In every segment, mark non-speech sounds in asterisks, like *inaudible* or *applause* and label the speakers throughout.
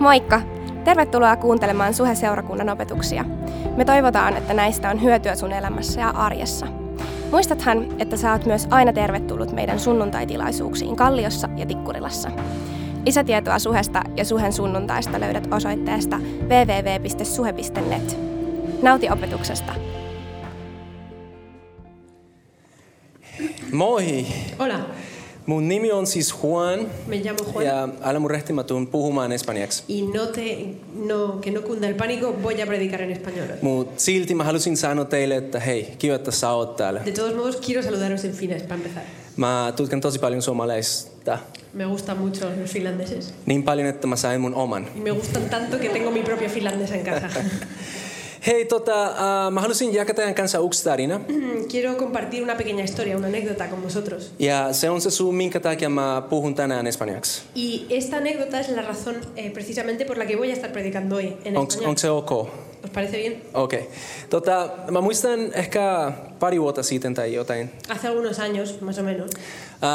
Speaker 1: Moikka! Tervetuloa kuuntelemaan Suhe-seurakunnan opetuksia. Me toivotaan, että näistä on hyötyä sun elämässä ja arjessa. Muistathan, että sä oot myös aina tervetullut meidän sunnuntaitilaisuuksiin Kalliossa ja Tikkurilassa. Lisätietoa Suhesta ja Suhen sunnuntaista löydät osoitteesta www.suhe.net. Nauti opetuksesta!
Speaker 2: Moi!
Speaker 3: Hola,
Speaker 2: Mun nimi on siis Juan
Speaker 3: me llamo Juan
Speaker 2: ja älä mun rehti mä tuun puhumaan espanjaksi.
Speaker 3: y no te, no, que no cunda el pánico, voy a predicar en español. hoy.
Speaker 2: Mut silti mä halusin sanoa teille, että hei, kiva, että sä oot täällä.
Speaker 3: De todos modos, quiero saludaros en finés para empezar.
Speaker 2: Mä tutkin tosi paljon suomalaista.
Speaker 3: Me gustan mucho los finlandeses
Speaker 2: Niin paljon, että mä sain mun oman.
Speaker 3: y me gustan tanto que tengo mi propia finlandesa en casa.
Speaker 2: Hei, tota, äh, mä halusin jakaa teidän kanssa yksi tarina.
Speaker 3: quiero compartir una pequeña historia, una anécdota con vosotros.
Speaker 2: Ja se on se syy, minkä takia mä puhun tänään espanjaksi.
Speaker 3: Y esta anécdota es la razón eh, precisamente por la que voy a estar predicando hoy en
Speaker 2: Onks,
Speaker 3: español.
Speaker 2: onks se ok?
Speaker 3: ¿Os parece bien?
Speaker 2: Okei. Okay. Tota, mä muistan ehkä pari vuotta sitten tai jotain.
Speaker 3: Hace algunos años, más o menos,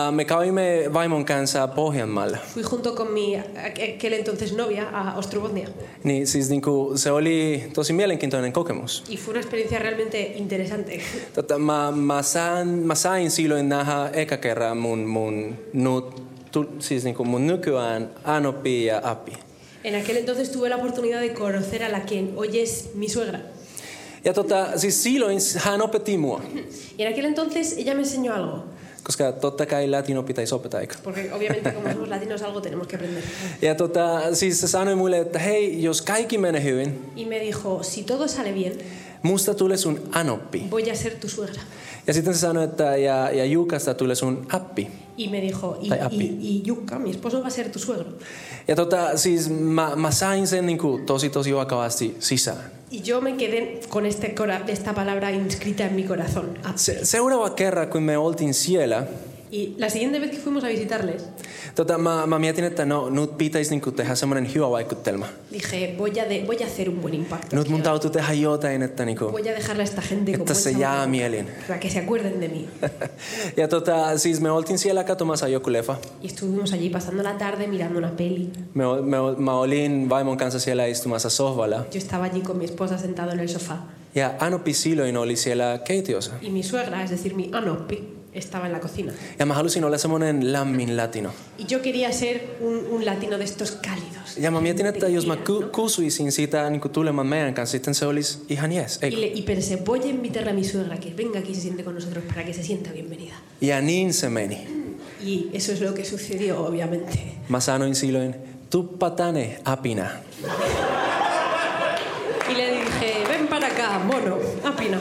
Speaker 2: Äh, me kävimme vaimon kanssa Pohjanmaalla.
Speaker 3: fui junto con mi aqu- aquel entonces novia a Ostrobotnia
Speaker 2: Niin siis niinku, se oli tosi mielenkiintoinen kokemus.
Speaker 3: y fue una experiencia realmente interesante.
Speaker 2: Tota, mä, mä, sain, mä sain silloin nähdä eka kerran mun, mun, nu, tu, siis niinku mun nykyään Anopi ja Api.
Speaker 3: En aquel entonces tuve la oportunidad de conocer a la que hoy es mi suegra.
Speaker 2: Ja tota, siis silloin hän opetti mua,
Speaker 3: Y en aquel entonces ella me enseñó algo,
Speaker 2: koska totta kai latino pitäisi opettaa eikö?
Speaker 3: porque obviamente como somos latinos algo tenemos que aprender.
Speaker 2: Ja tota, siis se sanoi mulle, että hei, jos kaikki menee hyvin,
Speaker 3: Y me dijo, si todo sale bien,
Speaker 2: musta tulee sun Anoppi.
Speaker 3: voy a ser tu suegra.
Speaker 2: Ja sitten se sanoi, että ja, ja Jukasta tulee sun Appi.
Speaker 3: Y me dijo, y,
Speaker 2: Ay, api.
Speaker 3: y, y Yuka, mi esposo, va a ser tu suegro.
Speaker 2: Ja tota, siis mä, mä sain sen niinku, tosi tosi vakavasti sisään.
Speaker 3: Y yo me quedé con este cora- esta palabra inscrita en mi corazón. api.
Speaker 2: Se, seuraava kerran, kun me oltiin siellä,
Speaker 3: Y la siguiente vez que fuimos a visitarles,
Speaker 2: tota, mä, mä mietin, että no, nyt pitäisi niinku, tehdä semmoinen hyvä vaikutelma.
Speaker 3: dije, voy a, de- voy a hacer un buen impacto.
Speaker 2: Nyt mun täytyy tehdä jotain, että niinku,
Speaker 3: Voy a dejarle a esta gente con
Speaker 2: että
Speaker 3: buen
Speaker 2: se
Speaker 3: sabor de
Speaker 2: jää
Speaker 3: boca,
Speaker 2: mieleen.
Speaker 3: para que se acuerden de mí.
Speaker 2: Ja tota, siis me oltiin siellä katsomassa joku leffa.
Speaker 3: Y estuvimos allí pasando la tarde mirando una peli.
Speaker 2: Me, ol- me, ol- mä olin vaimon kanssa siellä istumassa sohvalla.
Speaker 3: Yo estaba allí con mi esposa sentado en el sofá
Speaker 2: Ja Anopi silloin oli siellä keittiössä.
Speaker 3: y mi suegra, es decir, mi anoppi, estaba en la cocina.
Speaker 2: Ja mä halusin olla semmoinen lämmin latino.
Speaker 3: Y yo quería ser un, un latino de estos cálidos.
Speaker 2: Ja mä mietin, että jos mä ku-
Speaker 3: ¿no?
Speaker 2: kysyisin sitä niin tulemaan meidän kanssa, sitten se olisi ihan jees,
Speaker 3: y,
Speaker 2: eikö?
Speaker 3: le- y pensé, voy a invitarle a mi suegra que venga aquí y se siente con nosotros para que se sienta bienvenida.
Speaker 2: Ja niin se meni.
Speaker 3: Y eso es lo que sucedió, obviamente.
Speaker 2: Mä sanoin silloin, tuppa tänne apina.
Speaker 3: Y le dije, ven para acá, mono, apina.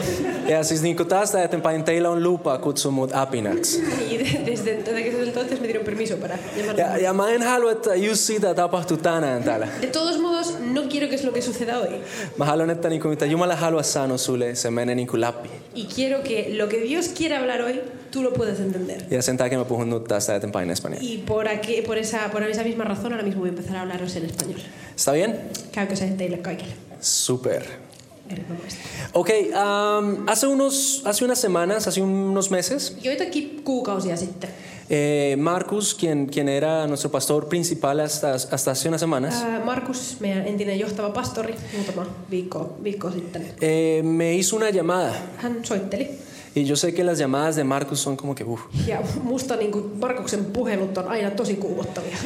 Speaker 2: Ja siis niin kuin tästä eteenpäin teillä on lupa kutsua mut apinaksi.
Speaker 3: Y de- desde entonces, desde entonces me dieron permiso para llamarle.
Speaker 2: Ja, ja mä en halua, että just sitä tapahtuu tänään täällä.
Speaker 3: De todos modos, no quiero que es lo que suceda hoy.
Speaker 2: Mä haluan, että niin kuin, mitä Jumala er haluaa sanoa sulle, se menee niin kuin läpi.
Speaker 3: Y quiero que lo que Dios quiere hablar hoy, tú lo puedas entender.
Speaker 2: Ja sen takia mä puhun nyt tästä eteenpäin espanjaksi.
Speaker 3: Y por, aquí, por, esa, por esa misma razón ahora mismo voy a empezar a hablaros en español.
Speaker 2: Está bien?
Speaker 3: Käykö se teille kaikille?
Speaker 2: Super.
Speaker 3: Erinomaista.
Speaker 2: Ok, um, hace, unos, hace unas semanas, hace unos meses,
Speaker 3: Joitakin kuukausia sitten,
Speaker 2: Eh, Marcus, quien, quien era nuestro pastor principal hasta, hasta hace unas semanas,
Speaker 3: ää, Markus, meidän entinen johtava pastori, muutama viikko, viikko sitten,
Speaker 2: eh, me hizo una llamada.
Speaker 3: hän soitteli.
Speaker 2: Y yo sé que las llamadas de Marcus son como que... uh. uff.
Speaker 3: Ja musta niin kuin Markuksen puhelut on aina tosi kuumottavia.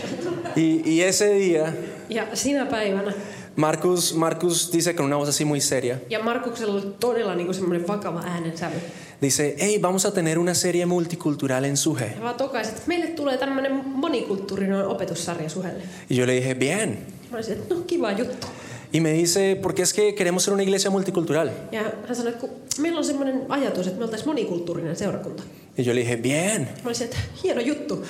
Speaker 2: Y, y ese día,
Speaker 3: Ja sinä päivänä,
Speaker 2: Marcus, Marcus dice con una voz así muy seria,
Speaker 3: ja Markuksella oli todella niin kuin semmoinen vakava äänensävy.
Speaker 2: dice, hey, vamos a tener una serie multicultural en Suje.
Speaker 3: Ja vaan tokaisin, että meille tulee tämmöinen monikulttuurinen opetussarja suhelle.
Speaker 2: Y yo le dije, bien.
Speaker 3: Mä olisin, että no kiva juttu.
Speaker 2: Y me dice, porque es que queremos ser una iglesia multicultural.
Speaker 3: Ja hän sanoi, että kun meillä on semmoinen ajatus, että me oltaisiin monikulttuurinen seurakunta.
Speaker 2: Y yo le dije, bien.
Speaker 3: Mä olisin, että hieno juttu.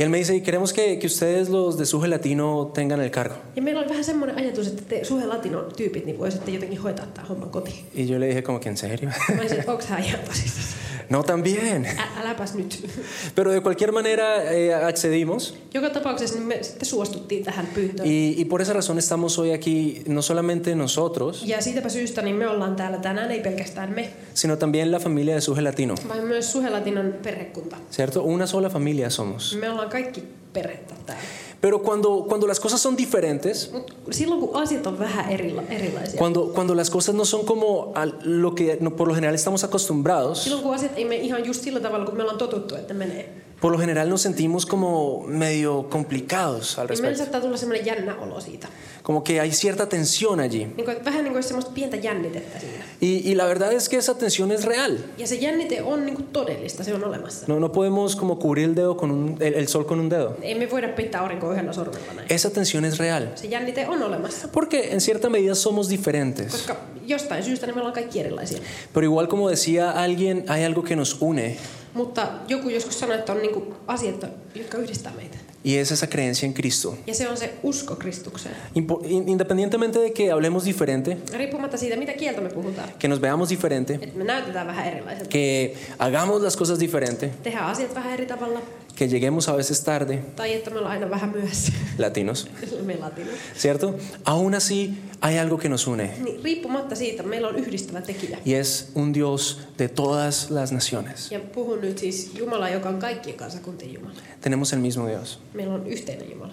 Speaker 2: Y él me dice, y queremos que, que ustedes los de Suje Latino tengan el cargo.
Speaker 3: Ja meillä oli vähän semmoinen ajatus, että te suhe latinon tyypit, niin voisitte jotenkin hoitaa tämän homman kotiin.
Speaker 2: Y yo le dije, como que en serio. *laughs*
Speaker 3: Mä olisin, että onko sä ihan tosissaan?
Speaker 2: no, también.
Speaker 3: Ä- äläpäs nyt.
Speaker 2: Pero de cualquier manera eh, accedimos
Speaker 3: Joka tapauksessa niin me sitten suostuttiin tähän pyyntöön.
Speaker 2: y, y por esa razón estamos hoy aquí, no solamente nosotros,
Speaker 3: Ja siitäpä syystä niin me ollaan täällä tänään, ei pelkästään me,
Speaker 2: sino también la familia de Suje Latino,
Speaker 3: vaan myös suhe latinon perhekunta.
Speaker 2: ¿cierto? Una sola familia somos.
Speaker 3: Me ollaan kaikki perhettä täällä.
Speaker 2: Pero cuando, cuando las cosas son diferentes,
Speaker 3: Mut silloin kun asiat on vähän erila, erilaisia,
Speaker 2: cuando, cuando las cosas no son como a lo que no- por lo general estamos acostumbrados,
Speaker 3: silloin kun asiat ei mene ihan just sillä tavalla, kun me ollaan totuttu, että ne menee, niin
Speaker 2: por lo general nos sentimos como medio complicados al
Speaker 3: niin meillä
Speaker 2: respecto.
Speaker 3: saattaa tulla semmoinen jännä olo siitä.
Speaker 2: Como que hay cierta tensión allí.
Speaker 3: Niin kuin, että vähän niin kuin olisi semmoista pientä jännitettä siinä.
Speaker 2: Y, y la verdad es que esa tensión es real.
Speaker 3: Ja se jännite on niin kuin todellista, se on olemassa.
Speaker 2: No, no podemos como cubrir el, dedo con un- el, el sol con un dedo.
Speaker 3: Ei me voida peittää aurinkoa yhdellä sormella näin.
Speaker 2: Esa tensión es real.
Speaker 3: Se jännite on olemassa,
Speaker 2: Porque en cierta medida somos diferentes.
Speaker 3: koska jostain syystä niin me ollaan kaikki erilaisia.
Speaker 2: Pero igual como decía alguien, hay algo que nos une.
Speaker 3: Mutta joku joskus sanoi, että on niin kuin asiat, jotka yhdistää meitä.
Speaker 2: Y es esa creencia en Cristo.
Speaker 3: Ja se on se usko Kristukseen.
Speaker 2: Impo- in- Independientemente de que hablemos diferente,
Speaker 3: Riippumatta siitä, mitä kieltä me puhutaan.
Speaker 2: que nos veamos diferente,
Speaker 3: Että me näytetään vähän erilaiselta.
Speaker 2: que hagamos las cosas diferente,
Speaker 3: Tehdään asiat vähän eri tavalla.
Speaker 2: que lleguemos a veces tarde,
Speaker 3: Tai että me ollaan aina vähän *laughs* myöhässä.
Speaker 2: latinos,
Speaker 3: me latina.
Speaker 2: ¿cierto? Aún así, hay algo que nos une.
Speaker 3: Niin riippumatta siitä, meillä on yhdistävä tekijä.
Speaker 2: Y es un Dios de todas las naciones.
Speaker 3: Ja puhun nyt siis Jumala, joka on kaikkien kansakuntien Jumala.
Speaker 2: Tenemos el mismo Dios.
Speaker 3: Meillä on yhteinen Jumala.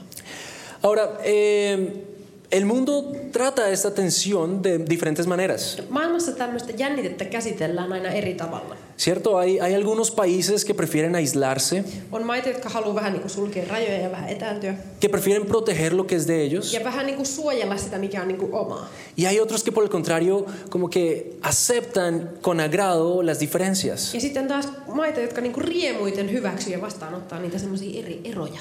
Speaker 2: Ahora, eh, el mundo trata esta tensión de diferentes maneras.
Speaker 3: Maailmassa tämmöistä jännitettä käsitellään aina eri tavalla.
Speaker 2: ¿Cierto? Hay, hay algunos países que prefieren aislarse,
Speaker 3: On maita, jotka haluaa vähän niin kuin sulkea rajoja ja vähän etääntyä.
Speaker 2: que prefieren proteger lo que es de ellos.
Speaker 3: Ja vähän niin kuin suojella sitä, mikä on niin kuin omaa.
Speaker 2: Y hay otros que por el contrario como que aceptan con agrado las diferencias.
Speaker 3: Ja sitten taas maita, jotka niinku riemuiten hyväksyy ja vastaanottaa niitä semmoisia eri eroja.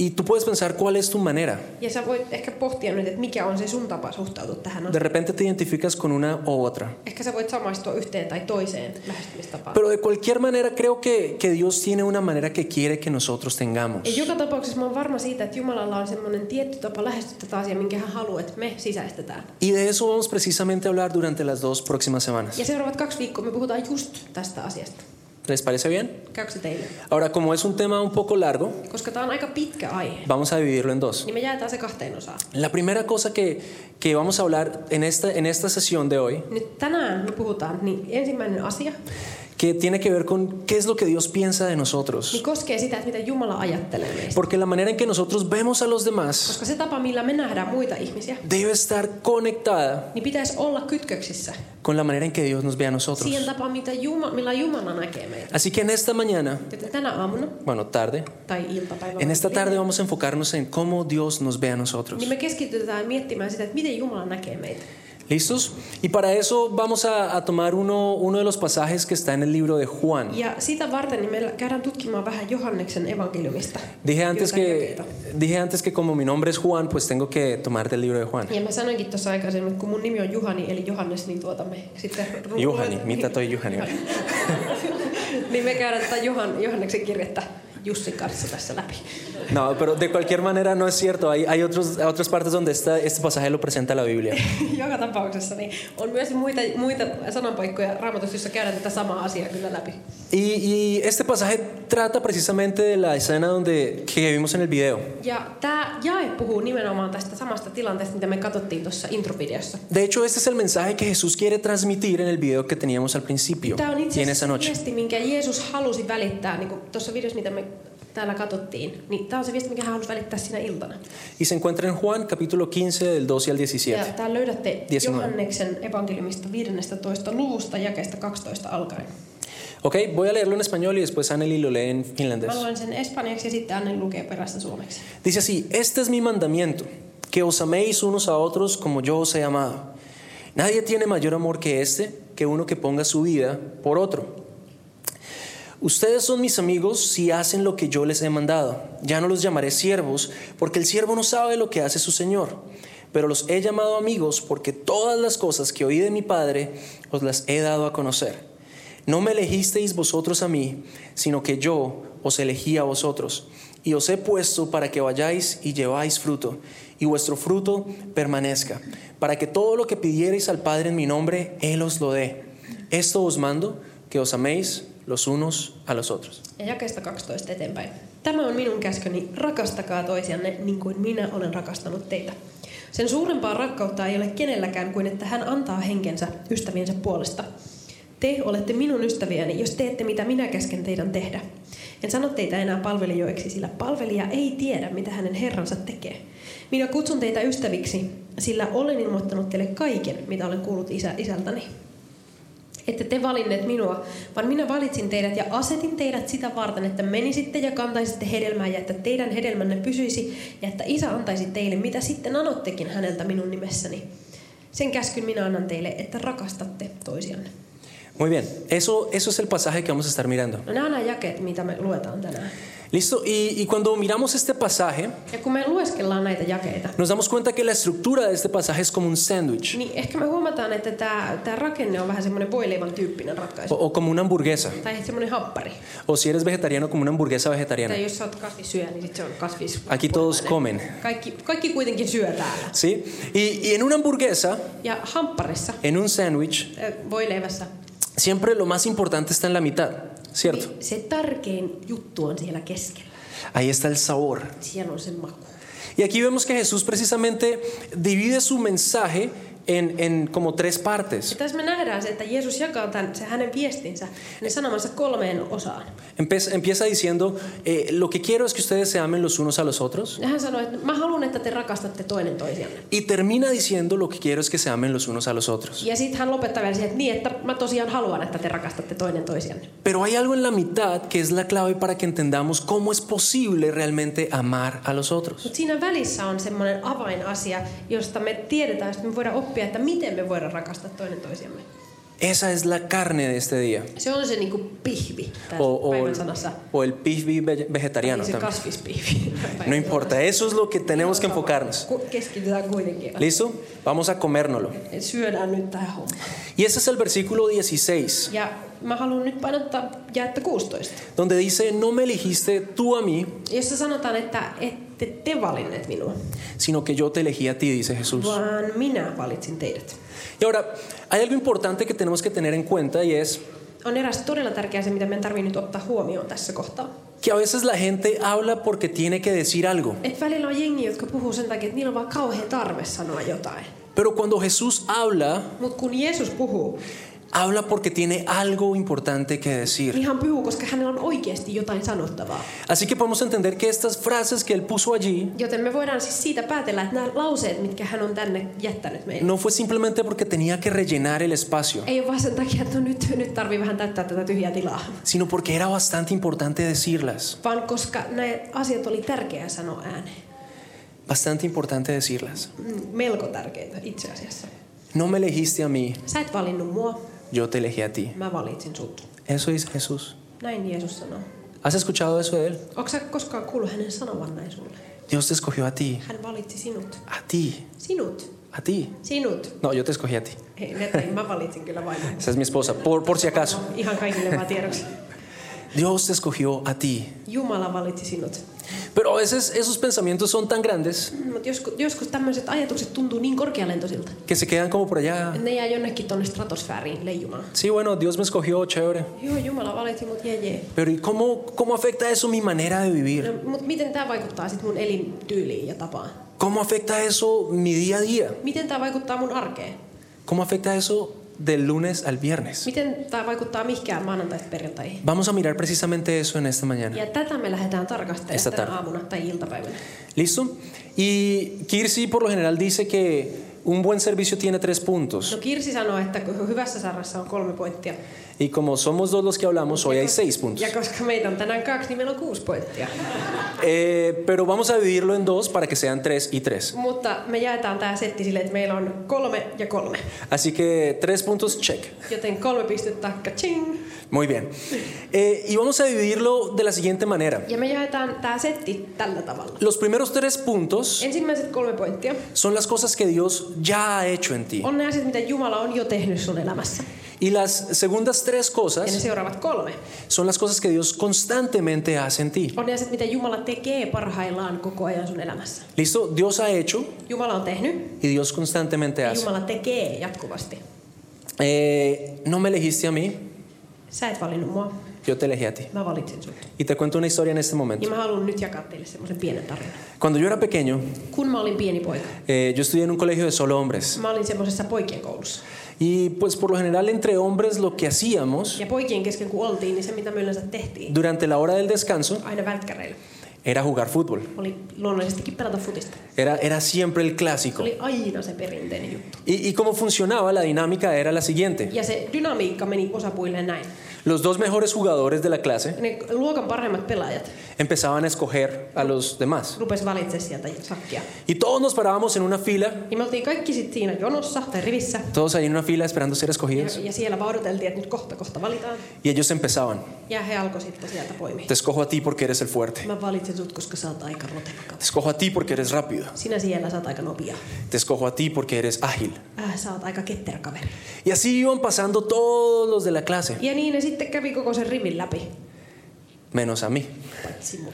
Speaker 2: Y tú puedes pensar cuál es tu manera.
Speaker 3: Ja sä voit ehkä pohtia nyt, että mikä on se sun tapa suhtautua tähän
Speaker 2: De
Speaker 3: asiaan.
Speaker 2: repente te identificas con una u otra.
Speaker 3: Ehkä sä voit samaistua yhteen tai toiseen lähestymistapaan.
Speaker 2: Pero de cualquier manera creo que, que Dios tiene una manera que quiere que nosotros tengamos.
Speaker 3: Ja joka tapauksessa mä oon varma siitä, että Jumalalla on semmoinen tietty tapa lähestyä tätä asiaa, minkä hän haluaa, että me sisäistetään.
Speaker 2: Y de eso vamos precisamente a hablar durante las dos próximas
Speaker 3: Ja
Speaker 2: semanas.
Speaker 3: seuraavat kaksi viikkoa me puhutaan just tästä asiasta.
Speaker 2: ¿Les parece bien?
Speaker 3: Käykö se teille?
Speaker 2: Ahora, como es un tema un poco largo,
Speaker 3: Koska tämä on aika pitkä aihe,
Speaker 2: vamos a dividirlo en dos.
Speaker 3: niin me jaetaan se kahteen osaan.
Speaker 2: La primera cosa que, que vamos a hablar en esta, en esta sesión de hoy,
Speaker 3: Nyt tänään me puhutaan, niin ensimmäinen asia,
Speaker 2: que tiene que ver con qué es lo que Dios piensa de
Speaker 3: niin
Speaker 2: nosotros.
Speaker 3: koskee sitä, että mitä Jumala ajattelee meistä.
Speaker 2: Porque la manera en que nosotros vemos a los demás
Speaker 3: Koska se tapa, millä me nähdään muita ihmisiä,
Speaker 2: debe estar conectada
Speaker 3: niin pitäisi olla kytköksissä
Speaker 2: con la manera en que Dios nos ve a nosotros.
Speaker 3: siihen tapaan, mitä Juma, millä Jumala näkee meitä.
Speaker 2: Así que en esta mañana,
Speaker 3: Joten tänä aamuna
Speaker 2: bueno, tarde,
Speaker 3: tai iltapäivällä,
Speaker 2: en esta tarde vamos a enfocarnos en cómo Dios nos ve a nosotros.
Speaker 3: niin me keskitytään miettimään sitä, että miten Jumala näkee meitä.
Speaker 2: ¿Listos? Y para eso vamos a, a tomar uno, uno de los pasajes que está en el libro de Juan.
Speaker 3: Ja sitä varten niin me käydään tutkimaan vähän Johanneksen evankeliumista.
Speaker 2: Dije antes,
Speaker 3: joitain
Speaker 2: que,
Speaker 3: jakeita.
Speaker 2: dije antes que como mi nombre es Juan, pues tengo que tomar del libro de Juan.
Speaker 3: Ja mä sanoinkin tuossa aikaisemmin, että kun mun nimi on Juhani, eli Johannes, niin tuota me sitten... ru-
Speaker 2: Juhani,
Speaker 3: ruvetaan-
Speaker 2: mitä toi Juhani on?
Speaker 3: *laughs* niin me käydään tätä Johan, Johanneksen kirjettä Jussin kanssa tässä läpi. *laughs*
Speaker 2: No, pero de cualquier manera no es cierto. Hay, hay otros, otras partes donde esta- este pasaje lo presenta la Biblia.
Speaker 3: Joka tapauksessa niin on myös muita, muita sananpaikkoja raamatussa, jossa käydään tätä samaa asiaa kyllä läpi.
Speaker 2: Y, y este pasaje trata precisamente de la escena donde, que vimos en el video.
Speaker 3: Ja tämä jae puhuu nimenomaan tästä samasta tilanteesta, mitä me katsottiin tuossa introvideossa.
Speaker 2: De hecho, este es el mensaje que Jesús quiere transmitir en el video que teníamos al principio
Speaker 3: Tämä on
Speaker 2: y
Speaker 3: itse
Speaker 2: en esa
Speaker 3: asiassa
Speaker 2: noche.
Speaker 3: viesti, minkä Jeesus halusi välittää, niin kuin tuossa videossa, mitä me täällä katsottiin. Niin tämä on se viesti, mikä hän halusi välittää sinä iltana.
Speaker 2: Y se encuentra en Juan capítulo 15 del 12 al
Speaker 3: Ja
Speaker 2: 17.
Speaker 3: tää löydätte
Speaker 2: Diecinueve.
Speaker 3: Johanneksen evankeliumista 15. luvusta, jakeesta 12 alkaen.
Speaker 2: Ok, voy a leerlo en español y después Anneli lo lee en finlandés.
Speaker 3: Mä luen sen espanjaksi ja sitten Anne lukee perässä suomeksi.
Speaker 2: Dice así, este es mi mandamiento, que os améis unos a otros como yo os he amado. Nadie tiene mayor amor que este, que uno que ponga su vida por otro. Ustedes son mis amigos si hacen lo que yo les he mandado. Ya no los llamaré siervos, porque el siervo no sabe lo que hace su Señor. Pero los he llamado amigos porque todas las cosas que oí de mi Padre os las he dado a conocer. No me elegisteis vosotros a mí, sino que yo os elegí a vosotros, y os he puesto para que vayáis y lleváis fruto, y vuestro fruto permanezca, para que todo lo que pidiereis al Padre en mi nombre, Él os lo dé. Esto os mando, que os améis los unos a los otros.
Speaker 3: Ja jakeesta 12 eteenpäin. Tämä on minun käskyni, rakastakaa toisianne niin kuin minä olen rakastanut teitä. Sen suurempaa rakkautta ei ole kenelläkään kuin että hän antaa henkensä ystäviensä puolesta. Te olette minun ystäviäni, jos teette mitä minä käsken teidän tehdä. En sano teitä enää palvelijoiksi, sillä palvelija ei tiedä, mitä hänen herransa tekee. Minä kutsun teitä ystäviksi, sillä olen ilmoittanut teille kaiken, mitä olen kuullut isä, isältäni. Ette te valinneet minua, vaan minä valitsin teidät ja asetin teidät sitä varten, että menisitte ja kantaisitte hedelmää ja että teidän hedelmänne pysyisi ja että isä antaisi teille, mitä sitten anottekin häneltä minun nimessäni. Sen käskyn minä annan teille, että rakastatte toisianne.
Speaker 2: Muy bien, eso, eso es el pasaje que vamos a estar mirando.
Speaker 3: No nämä on nämä jakeet, mitä me luetaan tänään.
Speaker 2: Listo, y, y cuando miramos este pasaje,
Speaker 3: Ja kun me lueskellaan näitä jakeita,
Speaker 2: nos damos cuenta que la estructura de este pasaje es como un sándwich
Speaker 3: niin ehkä me huomataan, että tämä, tämä rakenne on vähän semmoinen voileivan tyyppinen
Speaker 2: o,
Speaker 3: ratkaisu.
Speaker 2: o como una hamburguesa.
Speaker 3: Tai semmoinen happari.
Speaker 2: O si eres vegetariano, como una hamburguesa vegetariana.
Speaker 3: Tai jos sä oot kasvissyöjä, niin sit se on kasvis.
Speaker 2: Aquí todos comen.
Speaker 3: Kaikki, kaikki kuitenkin syö täällä.
Speaker 2: ¿Sí? Y, y en una hamburguesa,
Speaker 3: Ja hampparissa,
Speaker 2: en un sándwich,
Speaker 3: äh, voileivässä,
Speaker 2: siempre lo más importante está en la mitad, ¿cierto?
Speaker 3: niin se tärkein juttu on siellä keskellä.
Speaker 2: Ahí está el sabor.
Speaker 3: Siellä on sen maku.
Speaker 2: Y aquí vemos que Jesús precisamente divide su mensaje en, en como tres
Speaker 3: Ja
Speaker 2: partes.
Speaker 3: tässä me nähdään se, että Jeesus jakaa tämän, se hänen viestinsä, ne sanomansa kolmeen osaan.
Speaker 2: Empe- empieza diciendo, eh, lo que quiero es que ustedes se amen los unos a los otros.
Speaker 3: Ja hän sanoi, että mä haluan, että te rakastatte toinen toisianne.
Speaker 2: Y termina diciendo, lo que quiero es que se amen los unos a los otros.
Speaker 3: Ja sitten hän lopettaa vielä siihen, että niin, että mä tosiaan haluan, että te rakastatte toinen toisianne.
Speaker 2: Pero hay algo en la mitad que es la clave para que entendamos cómo es posible realmente amar a los otros.
Speaker 3: Mutta siinä välissä on semmoinen avainasia, josta me tiedetään, että me voidaan oppia, että miten me voidaan rakastaa toinen toisiamme.
Speaker 2: Esa es la carne de este día.
Speaker 3: Se on se niinku pihvi tässä
Speaker 2: O, o
Speaker 3: päivän
Speaker 2: el,
Speaker 3: sanassa.
Speaker 2: o el pihvi ve- vegetariano
Speaker 3: Eli niin
Speaker 2: también.
Speaker 3: se kasvispihvi.
Speaker 2: *laughs* No importa, eso es lo que tenemos que
Speaker 3: Sama.
Speaker 2: enfocarnos.
Speaker 3: Ku- Keskitytään kuitenkin.
Speaker 2: ¿Listo? Vamos a comérnoslo.
Speaker 3: Syödään nyt tähän hommaan.
Speaker 2: Y ese es el versículo 16,
Speaker 3: Ja mä haluan nyt painottaa jaetta 16,
Speaker 2: donde dice, no me elegiste tú a mí,
Speaker 3: jossa sanotaan, että ette te valinneet minua,
Speaker 2: sino que yo te elegí a ti, dice Jesús.
Speaker 3: vaan minä valitsin teidät.
Speaker 2: Y ahora, hay algo importante que tenemos que tener en cuenta y es
Speaker 3: On eräs todella tärkeä se, mitä meidän tarvii nyt ottaa huomioon tässä kohtaa.
Speaker 2: que a veces la gente habla porque tiene que decir algo.
Speaker 3: Et välillä on jengi, jotka puhuu sen takia, että niillä on vaan kauhea tarve sanoa jotain.
Speaker 2: Pero cuando Jesús habla,
Speaker 3: Mutta kun Jeesus puhuu,
Speaker 2: habla porque tiene algo importante que decir.
Speaker 3: niin hän puhuu, koska hänellä on oikeasti jotain sanottavaa.
Speaker 2: Así que podemos entender que estas frases que él puso allí
Speaker 3: Joten me voidaan siis siitä päätellä, että nämä lauseet, mitkä hän on tänne jättänyt meille,
Speaker 2: no fue simplemente porque tenía que rellenar el espacio,
Speaker 3: ei ole vaan sen takia, että no nyt, nyt tarvii vähän täyttää tätä tyhjää tilaa.
Speaker 2: sino porque era bastante importante decirlas.
Speaker 3: Vaan koska nämä asiat oli tärkeää sanoa ääneen.
Speaker 2: Bastante importante decirlas.
Speaker 3: Mm, Melko tärkeitä itse asiassa.
Speaker 2: No me elegiste a mí,
Speaker 3: Sä et valinnut mua,
Speaker 2: yo te elegí a ti.
Speaker 3: mä valitsin sut.
Speaker 2: Eso dice Jesús.
Speaker 3: Näin Jeesus sanoo.
Speaker 2: ¿Has escuchado eso de él?
Speaker 3: Onko sä koskaan kuullut hänen sanovan näin sulle?
Speaker 2: Dios te escogió a ti,
Speaker 3: Hän valitsi sinut.
Speaker 2: a ti,
Speaker 3: Sinut.
Speaker 2: a ti.
Speaker 3: Sinut.
Speaker 2: No, yo te escogí a ti.
Speaker 3: Hei, Nettiin, mä valitsin kyllä vain.
Speaker 2: Esa es mi esposa, por, por si acaso.
Speaker 3: Ihan kaikille vaan tiedoksi.
Speaker 2: Dios te escogió a ti.
Speaker 3: Jumala valitsi sinut.
Speaker 2: Pero a veces esos pensamientos son tan grandes
Speaker 3: Mutta joskus, joskus tämmöiset ajatukset tuntuu niin korkealentoisilta.
Speaker 2: que se quedan como por allá.
Speaker 3: Ne jää jonnekin tonne stratosfääriin leijumaan.
Speaker 2: Sí, bueno, Dios me escogió, chévere.
Speaker 3: Joo, Jumala valitsi mut, jee, jee.
Speaker 2: Pero ¿y cómo, cómo afecta eso mi manera de vivir?
Speaker 3: No, mut miten tämä vaikuttaa sit mun elintyyliin ja tapaan?
Speaker 2: ¿Cómo afecta eso mi día a día?
Speaker 3: Miten tämä vaikuttaa mun arkeen?
Speaker 2: ¿Cómo afecta eso del lunes al viernes?
Speaker 3: Miten tämä vaikuttaa mihinkään maanantaista perjantaihin?
Speaker 2: Vamos a mirar precisamente eso en esta mañana.
Speaker 3: Ja tätä me lähdetään tarkastelemaan
Speaker 2: Esta
Speaker 3: tänä
Speaker 2: tarde.
Speaker 3: aamuna tai iltapäivänä.
Speaker 2: ¿Listo? Y Kirsi por lo general dice que un buen servicio tiene tres puntos.
Speaker 3: No Kirsi sanoi, että kun hyvässä sarassa on kolme pointtia.
Speaker 2: Y como somos dos los que hablamos, hoy hay seis puntos.
Speaker 3: Ja koska meitä on tänään kaksi, niin meillä on kuusi pointtia.
Speaker 2: Eh, pero vamos a dividirlo en dos para que sean tres y tres.
Speaker 3: Mutta me jaetaan tämä setti silleen, että meillä on kolme ja kolme.
Speaker 2: Así que tres puntos, check.
Speaker 3: Joten kolme pistettä, ka-ching!
Speaker 2: Muy bien. Eh, y vamos a dividirlo de la siguiente manera.
Speaker 3: Ja me jaetaan tämä setti tällä tavalla.
Speaker 2: Los primeros tres puntos
Speaker 3: Ensimmäiset kolme pointtia
Speaker 2: son las cosas que Dios ya ha hecho en ti.
Speaker 3: on ne asiat, mitä Jumala on jo tehnyt sun elämässä.
Speaker 2: Y las segundas tres
Speaker 3: Ja ne
Speaker 2: cosas
Speaker 3: seuraavat kolme
Speaker 2: son las cosas que Dios constantemente hace en ti.
Speaker 3: on ne asiat, mitä Jumala tekee parhaillaan koko ajan sun elämässä.
Speaker 2: ¿Listo? Dios ha hecho
Speaker 3: Jumala on tehnyt
Speaker 2: y Dios constantemente
Speaker 3: ja
Speaker 2: hace.
Speaker 3: Jumala tekee jatkuvasti.
Speaker 2: Eh, no me elegiste a mí,
Speaker 3: Sä et valinnut mua,
Speaker 2: Yo te elegí a ti.
Speaker 3: Mä valitsin sut.
Speaker 2: Y te cuento una historia en este
Speaker 3: Ja
Speaker 2: momento.
Speaker 3: mä haluan nyt jakaa teille semmoisen pienen tarinan.
Speaker 2: Cuando yo era pequeño,
Speaker 3: Kun mä olin pieni poika,
Speaker 2: eh, yo estudié en un colegio de solo hombres.
Speaker 3: mä olin semmoisessa poikien koulussa.
Speaker 2: Y pues por lo general entre hombres lo que hacíamos
Speaker 3: Ja poikien kesken kun oltiin, niin se mitä me yleensä tehtiin,
Speaker 2: durante la hora del descanso
Speaker 3: aina välkkäreillä,
Speaker 2: era jugar fútbol.
Speaker 3: oli luonnollisestikin pelata futista.
Speaker 2: Era, era siempre el clásico.
Speaker 3: Oli aina se perinteinen juttu.
Speaker 2: Y, y cómo funcionaba la dinámica era la siguiente.
Speaker 3: Ja se dynamiikka meni osapuilleen näin.
Speaker 2: Los dos mejores jugadores de la clase
Speaker 3: Ne luokan paremmat pelaajat
Speaker 2: empezaban a escoger a los demás.
Speaker 3: rupes valitsemaan sieltä sakkia.
Speaker 2: Y todos nos parábamos en una fila,
Speaker 3: Ja me oltiin kaikki sitten siinä jonossa tai rivissä.
Speaker 2: todos ahí en una fila esperando ser
Speaker 3: Ja,
Speaker 2: escogidos.
Speaker 3: ja siellä vaudoteltiin, että nyt kohta kohta valitaan.
Speaker 2: Y ellos empezaban.
Speaker 3: Ja he alkoi sitten sieltä poimia.
Speaker 2: Te escojo a ti porque eres el fuerte.
Speaker 3: Mä valitsen sut, koska sä oot aika rotevaka.
Speaker 2: Te escojo a ti porque eres rápido.
Speaker 3: Sinä siellä, sä oot aika nopea.
Speaker 2: Te escojo a ti porque eres ágil.
Speaker 3: Äh, sä oot aika ketterä kaveri.
Speaker 2: Y así iban pasando todos los de la clase,
Speaker 3: Ja niin ne sitten kävi koko sen rivin läpi.
Speaker 2: menos a mí.
Speaker 3: Paitsi mut.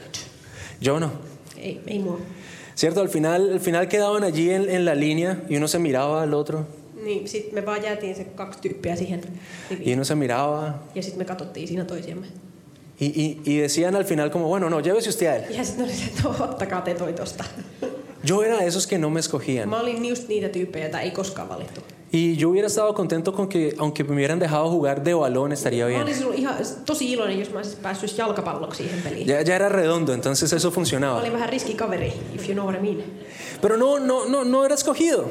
Speaker 2: Yo no.
Speaker 3: Ei, ei mua.
Speaker 2: Cierto, al final, al final quedaban allí en, en la línea y uno se miraba al otro
Speaker 3: Niin sit me vaan jäätiin se kaksi tyyppiä siihen
Speaker 2: y
Speaker 3: riviin.
Speaker 2: uno se miraba
Speaker 3: Ja sit me katsottiin siinä toisiamme.
Speaker 2: y, y- y decían al final como, bueno, no, llévese usted a él.
Speaker 3: Ja sitten oli se, että "No, ottakaa te toi tosta.
Speaker 2: Yo era de esos que no me escogían
Speaker 3: Mä olin just niitä tyyppejä, joita ei koskaan valittu.
Speaker 2: y yo hubiera estado contento con que aunque me hubieran dejado jugar de balón estaría
Speaker 3: Mä
Speaker 2: bien.
Speaker 3: olisin ollut ihan tosi iloinen, jos mä olisin päässyt jalkapalloksi siihen peliin.
Speaker 2: Ya, ya era redondo, entonces eso
Speaker 3: Mä
Speaker 2: funcionaba.
Speaker 3: olin vähän riskikaveri, if you know what I mean.
Speaker 2: Pero no, no, no, no era escogido.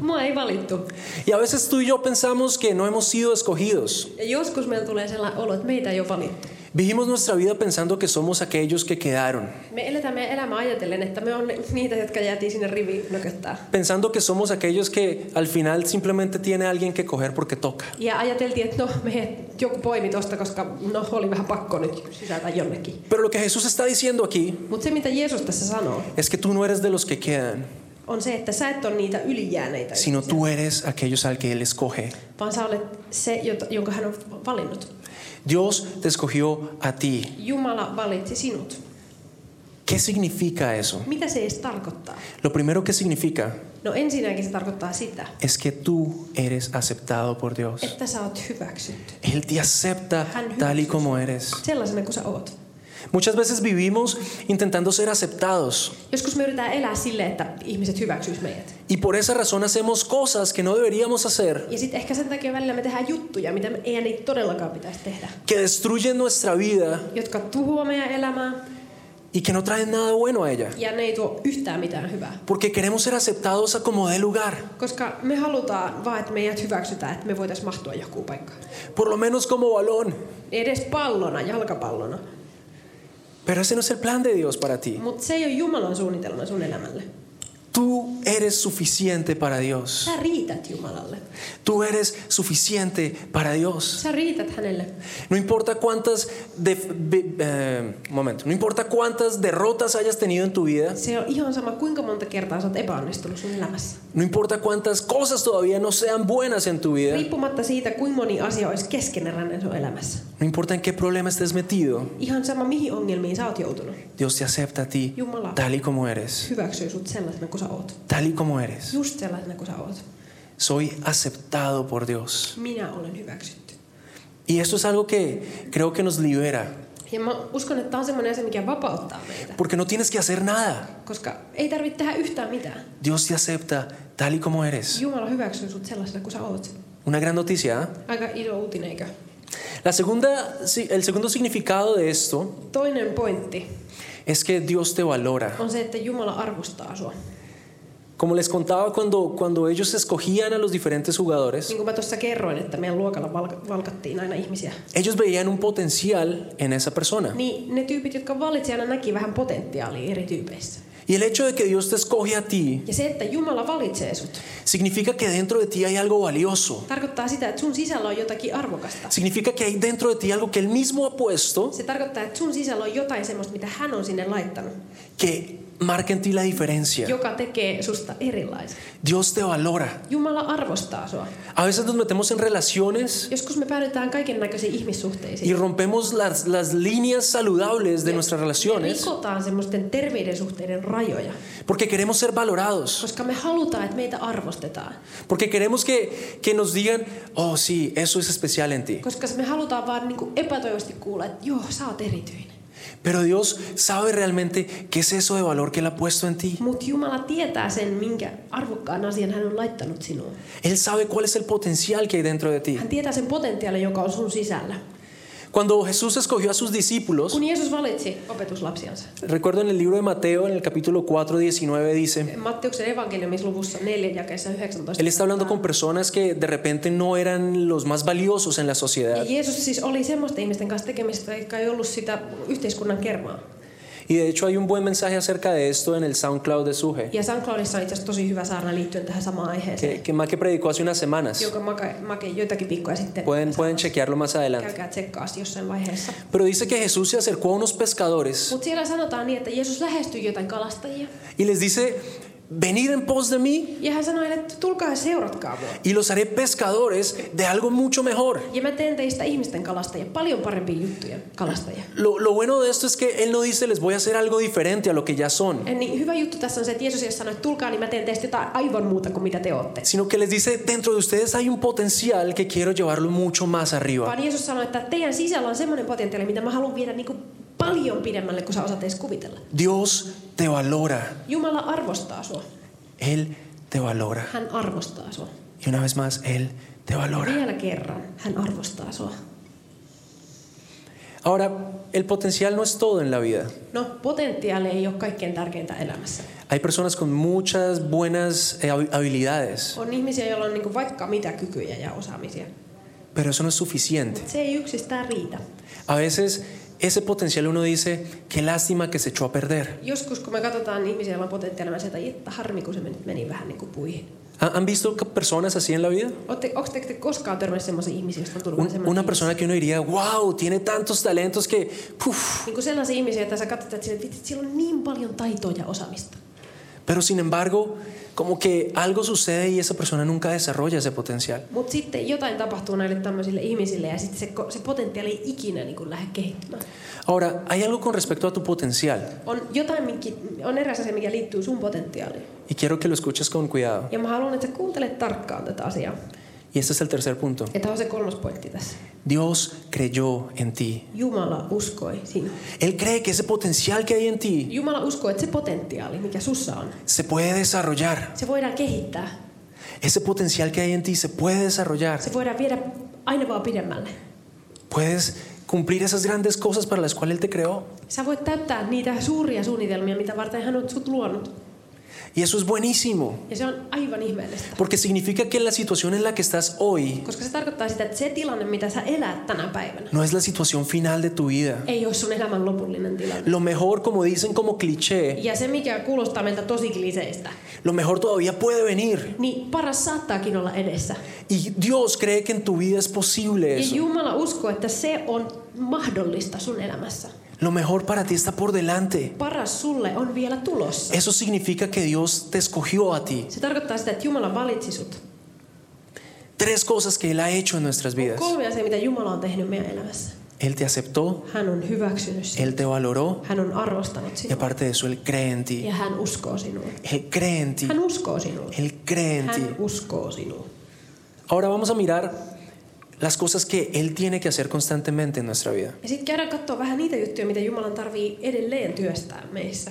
Speaker 3: Mua ei valittu.
Speaker 2: Y a veces tú y yo pensamos que no hemos sido escogidos.
Speaker 3: Ja joskus meillä tulee sellainen olo, että meitä ei ole valittu.
Speaker 2: Vivimos nuestra vida pensando que somos aquellos que quedaron,
Speaker 3: Me eletään meidän elämää ajatellen, että me on ne- niitä, jotka jäätiin sinne riviin nököttää.
Speaker 2: pensando que somos aquellos que al final simplemente tiene alguien que coger porque toca.
Speaker 3: Ja ajateltiin, että no, me joku poimi tosta, koska no, oli vähän pakko nyt sysätä jonnekin.
Speaker 2: Pero lo que Jesús está diciendo aquí
Speaker 3: Mutta se, mitä Jeesus tässä sanoo,
Speaker 2: es que tú no eres de los que quedan,
Speaker 3: on se, että sä et ole niitä ylijääneitä,
Speaker 2: sino tú eres aquellos al que Él escoge.
Speaker 3: vaan sä olet se, jota- jonka hän on valinnut.
Speaker 2: Dios te escogió a ti.
Speaker 3: Jumala valitsi sinut.
Speaker 2: ¿Qué significa eso?
Speaker 3: Mitä se edes tarkoittaa?
Speaker 2: Lo primero que significa
Speaker 3: No ensinnäkin se tarkoittaa sitä,
Speaker 2: es que tú eres aceptado por Dios.
Speaker 3: että sä oot hyväksytty.
Speaker 2: Él te acepta tal y como eres.
Speaker 3: Sellaisena kuin sä oot.
Speaker 2: Muchas veces vivimos intentando ser aceptados
Speaker 3: Joskus me yritetään elää sille, että ihmiset hyväksyis meidät.
Speaker 2: y por esa razón hacemos cosas que no deberíamos hacer,
Speaker 3: Ja sitten ehkä sen takia välillä me tehdään juttuja, mitä me ei niitä todellakaan pitäisi tehdä.
Speaker 2: que destruyen nuestra vida
Speaker 3: Jotka tuhoaa meidän elämää
Speaker 2: y que no traen nada bueno a ella.
Speaker 3: ja ne ei tuo yhtään mitään hyvää.
Speaker 2: Porque queremos ser aceptados a como dé lugar,
Speaker 3: Koska me halutaan vaan, että meidät hyväksytään, että me voitaisiin mahtua johonkin paikkaan.
Speaker 2: por lo menos como balón.
Speaker 3: Edes pallona, jalkapallona.
Speaker 2: Pero ese no es el plan de Dios para ti.
Speaker 3: Mutta se ei ole Jumalan suunnitelma sun elämälle.
Speaker 2: Tú eres suficiente para Dios.
Speaker 3: Sä riität Jumalalle.
Speaker 2: Tú eres suficiente para Dios.
Speaker 3: Sä riität hänelle.
Speaker 2: No importa cuántas def- be- eh, un momento, no importa cuántas derrotas hayas tenido en tu vida,
Speaker 3: Se on ihan sama, kuinka monta kertaa sä oot epäonnistunut sun elämässä.
Speaker 2: no importa cuántas cosas todavía no sean buenas en tu vida,
Speaker 3: Riippumatta siitä, kuinka moni asia olisi keskeneräinen sun elämässä.
Speaker 2: No importa en qué problema estés metido,
Speaker 3: Ihan sama, mihin ongelmiin sä oot joutunut.
Speaker 2: Dios te acepta a ti
Speaker 3: Jumala.
Speaker 2: tal y como eres.
Speaker 3: Hyväksyy sut sellaisena kuin sä oot.
Speaker 2: Tal y como eres.
Speaker 3: Just sellaisena kuin sä oot.
Speaker 2: Soy aceptado por Dios.
Speaker 3: Minä olen hyväksytty.
Speaker 2: Y esto es algo que creo que nos libera.
Speaker 3: Ja mä uskon, että tämä on semmoinen asia, mikä vapauttaa meitä.
Speaker 2: Porque no tienes que hacer nada.
Speaker 3: Koska ei tarvitse tehdä yhtään mitään.
Speaker 2: Dios te acepta tal y como eres.
Speaker 3: Jumala hyväksyy sut sellaisena kuin sä oot.
Speaker 2: Una gran noticia. ¿eh?
Speaker 3: Aika iso uutinen, eikö?
Speaker 2: La segunda, sí, el segundo significado de esto
Speaker 3: Toinen pointti
Speaker 2: es que Dios te valora.
Speaker 3: on se, että Jumala arvostaa sua. Niin
Speaker 2: Como les contaba cuando, cuando ellos escogían a los diferentes jugadores,
Speaker 3: Niin kuin mä tuossa kerroin, että meidän luokalla valk- valkattiin aina ihmisiä.
Speaker 2: ellos veían un potencial en esa persona.
Speaker 3: Niin ne tyypit, jotka valitsi aina näki vähän potentiaalia eri tyypeissä.
Speaker 2: Y el hecho de que Dios te escoge a ti
Speaker 3: Ja se, että Jumala valitsee sut,
Speaker 2: Significa que dentro de ti hay algo valioso.
Speaker 3: tarkoittaa sitä, että sun sisällä on jotakin arvokasta.
Speaker 2: Significa que hay dentro de ti algo que Él mismo ha puesto
Speaker 3: Se tarkoittaa, että sun sisällä on jotain semmoista, mitä hän on sinne laittanut,
Speaker 2: que marca en ti la diferencia.
Speaker 3: joka tekee susta erilaisen.
Speaker 2: Dios te valora.
Speaker 3: Jumala arvostaa sua.
Speaker 2: A veces nos metemos en relaciones
Speaker 3: Joskus me päädytään kaiken näköisiin
Speaker 2: y
Speaker 3: ihmissuhteisiin.
Speaker 2: rompemos las, las líneas saludables de nuestras relaciones
Speaker 3: Rikotaan semmoisten terveiden suhteiden rajoja,
Speaker 2: porque queremos ser valorados,
Speaker 3: koska me halutaan, että meitä arvostetaan.
Speaker 2: porque queremos que, que nos digan, oh sí, eso es especial en ti.
Speaker 3: Koska me halutaan vaan niin epätoivosti kuulla, että joo, sä oot erityinen.
Speaker 2: Pero Dios sabe realmente qué es eso de valor que Él ha puesto en ti.
Speaker 3: Mutta Jumala tietää sen, minkä arvokkaan asian hän on laittanut sinuun.
Speaker 2: Él sabe cuál es el potencial que hay dentro de ti.
Speaker 3: Hän tietää sen potentiaalin, joka on sun sisällä.
Speaker 2: Cuando Jesús escogió a sus discípulos,
Speaker 3: Kun Jeesus valitsi opetuslapsiansa,
Speaker 2: recuerdo en el libro de Mateo, en el capítulo 4, 19, dice,
Speaker 3: Matteuksen evankeliumisluvussa 4 jakeessa 19.
Speaker 2: Él está hablando con personas que de repente no eran los más valiosos en la
Speaker 3: Ja
Speaker 2: sociedad.
Speaker 3: Jeesus siis oli semmoisten ihmisten kanssa tekemistä, jotka ei ollut sitä yhteiskunnan kermaa.
Speaker 2: Y de hecho hay un buen mensaje acerca de esto en el SoundCloud de Suje,
Speaker 3: Ja SoundCloudissa on itse asiassa tosi hyvä saarna liittyen tähän samaan aiheeseen,
Speaker 2: que, que Maque predicó hace unas semanas.
Speaker 3: jonka make, make joitakin viikkoja sitten.
Speaker 2: Pueden, pueden chequearlo más adelante.
Speaker 3: Käykää tsekkaasti jossain vaiheessa.
Speaker 2: Pero dice que Jesús se acercó a unos pescadores
Speaker 3: Mutta siellä sanotaan niin, että Jeesus lähestyi jotain kalastajia.
Speaker 2: y les dice, venid en pos de mí
Speaker 3: Ja hän sanoi, että tulkaa ja seuratkaa mua.
Speaker 2: y los haré pescadores de algo mucho mejor.
Speaker 3: Ja mä teen teistä ihmisten kalastajia, paljon parempia juttuja kalastajia.
Speaker 2: Lo, lo bueno de esto es que Él no dice, les voy a hacer algo diferente a lo que ya son,
Speaker 3: Ja Niin hyvä juttu tässä on se, että Jeesus ei sanoi, että tulkaa, niin mä teen teistä jotain aivan muuta kuin mitä te olette.
Speaker 2: sino que les dice, dentro de ustedes hay un potencial que quiero llevarlo mucho más arriba.
Speaker 3: Vaan Jeesus sanoi, että teidän sisällä on semmoinen potentiaali, mitä mä haluan viedä niin kuin paljon pidemmälle kuin sä osaat edes kuvitella.
Speaker 2: Dios te valora,
Speaker 3: Jumala arvostaa sua.
Speaker 2: Él te valora.
Speaker 3: Hän arvostaa sua.
Speaker 2: Y una vez más, Él te valora.
Speaker 3: Vielä kerran, hän arvostaa sua.
Speaker 2: Ahora, el potencial no es todo en la vida.
Speaker 3: No, potentiaali ei ole kaikkein tärkeintä elämässä.
Speaker 2: Hay personas con muchas buenas eh, hab- habilidades,
Speaker 3: On ihmisiä, joilla on niin kuin vaikka mitä kykyjä ja osaamisia.
Speaker 2: pero eso no es suficiente.
Speaker 3: Se ei yksistään riitä.
Speaker 2: A veces ese potencial uno dice, qué lástima que se echó a perder.
Speaker 3: Joskus, kun me katsotaan ihmisiä, joilla on potentiaalia, mä sieltä, että harmi, kun se meni, meni vähän niin kuin puihin.
Speaker 2: ¿Ha- ¿Han visto ca- personas así en la vida?
Speaker 3: Onko te, te koskaan törmänneet sellaisia ihmisiä, joista on tullut
Speaker 2: Un-
Speaker 3: sellaisia
Speaker 2: una persona que uno diría, wow, tiene tantos talentos que, puf,
Speaker 3: Niin kuin sellaisia ihmisiä, että sä katsot, että sillä, vitsi, sillä on niin paljon taitoa ja osaamista.
Speaker 2: pero sin embargo, como que algo sucede y esa persona nunca desarrolla ese potencial.
Speaker 3: Mutta sitten jotain tapahtuu näille tämmöisille ihmisille ja sitten se, ko- se potentiaali ei ikinä niin kuin lähde kehittymään.
Speaker 2: Ahora, hay algo con respecto a tu potencial
Speaker 3: On, jotain, minkä, on eräs asia, mikä liittyy sun potentiaaliin.
Speaker 2: y quiero que lo escuches con cuidado.
Speaker 3: Ja mä haluan, että sä kuuntelet tarkkaan tätä asiaa.
Speaker 2: Y este es el tercer punto.
Speaker 3: Ja tämä on se kolmas pointti tässä.
Speaker 2: Dios creyó en ti.
Speaker 3: Jumala uskoi sinuun.
Speaker 2: Él cree que ese potencial que hay en ti
Speaker 3: Jumala uskoi, että se potentiaali, mikä sussa on,
Speaker 2: se puede desarrollar.
Speaker 3: se voidaan kehittää.
Speaker 2: Ese potencial que hay en ti se puede desarrollar.
Speaker 3: Se voidaan viedä aina vaan pidemmälle.
Speaker 2: Puedes cumplir esas grandes cosas para las cuales Él te creó.
Speaker 3: Sä voit täyttää niitä suuria suunnitelmia, mitä varten hän on sut luonut.
Speaker 2: Y eso es buenísimo.
Speaker 3: Ja se on aivan ihmeellistä.
Speaker 2: Porque significa que la situación en la que estás hoy
Speaker 3: Koska se tarkoittaa sitä, että se tilanne, mitä sä elät tänä päivänä,
Speaker 2: no es la situación final de tu vida.
Speaker 3: ei ole sun elämän lopullinen tilanne.
Speaker 2: Lo mejor, como dicen como cliché,
Speaker 3: Ja se, mikä kuulostaa meiltä tosi kliseistä,
Speaker 2: lo mejor todavía puede venir.
Speaker 3: niin paras saattaakin olla edessä.
Speaker 2: Y Dios cree que en tu vida es posible
Speaker 3: Ja
Speaker 2: eso.
Speaker 3: Jumala uskoo, että se on mahdollista sun elämässä.
Speaker 2: Lo mejor para ti está por delante.
Speaker 3: Paras sulle on vielä tulossa.
Speaker 2: Eso significa que Dios te escogió a ti.
Speaker 3: Se tarkoittaa sitä, että Jumala valitsi sut.
Speaker 2: Tres cosas que Él ha hecho en nuestras vidas.
Speaker 3: Kolme asiaa, mitä Jumala on tehnyt meidän elämässä.
Speaker 2: Él te aceptó,
Speaker 3: Hän on hyväksynyt sinut.
Speaker 2: Él te valoró
Speaker 3: Hän on arvostanut
Speaker 2: y
Speaker 3: sinua.
Speaker 2: aparte de eso, Él cree en ti.
Speaker 3: Ja hän uskoo sinuun.
Speaker 2: Él cree en ti.
Speaker 3: Hän uskoo sinuun.
Speaker 2: Él cree Niin. en ti.
Speaker 3: Hän uskoo sinuun.
Speaker 2: Ahora vamos a mirar las cosas que Él tiene que hacer constantemente en nuestra vida.
Speaker 3: Ja sitten käydään katsoa vähän niitä juttuja, mitä Jumalan tarvii edelleen työstää meissä.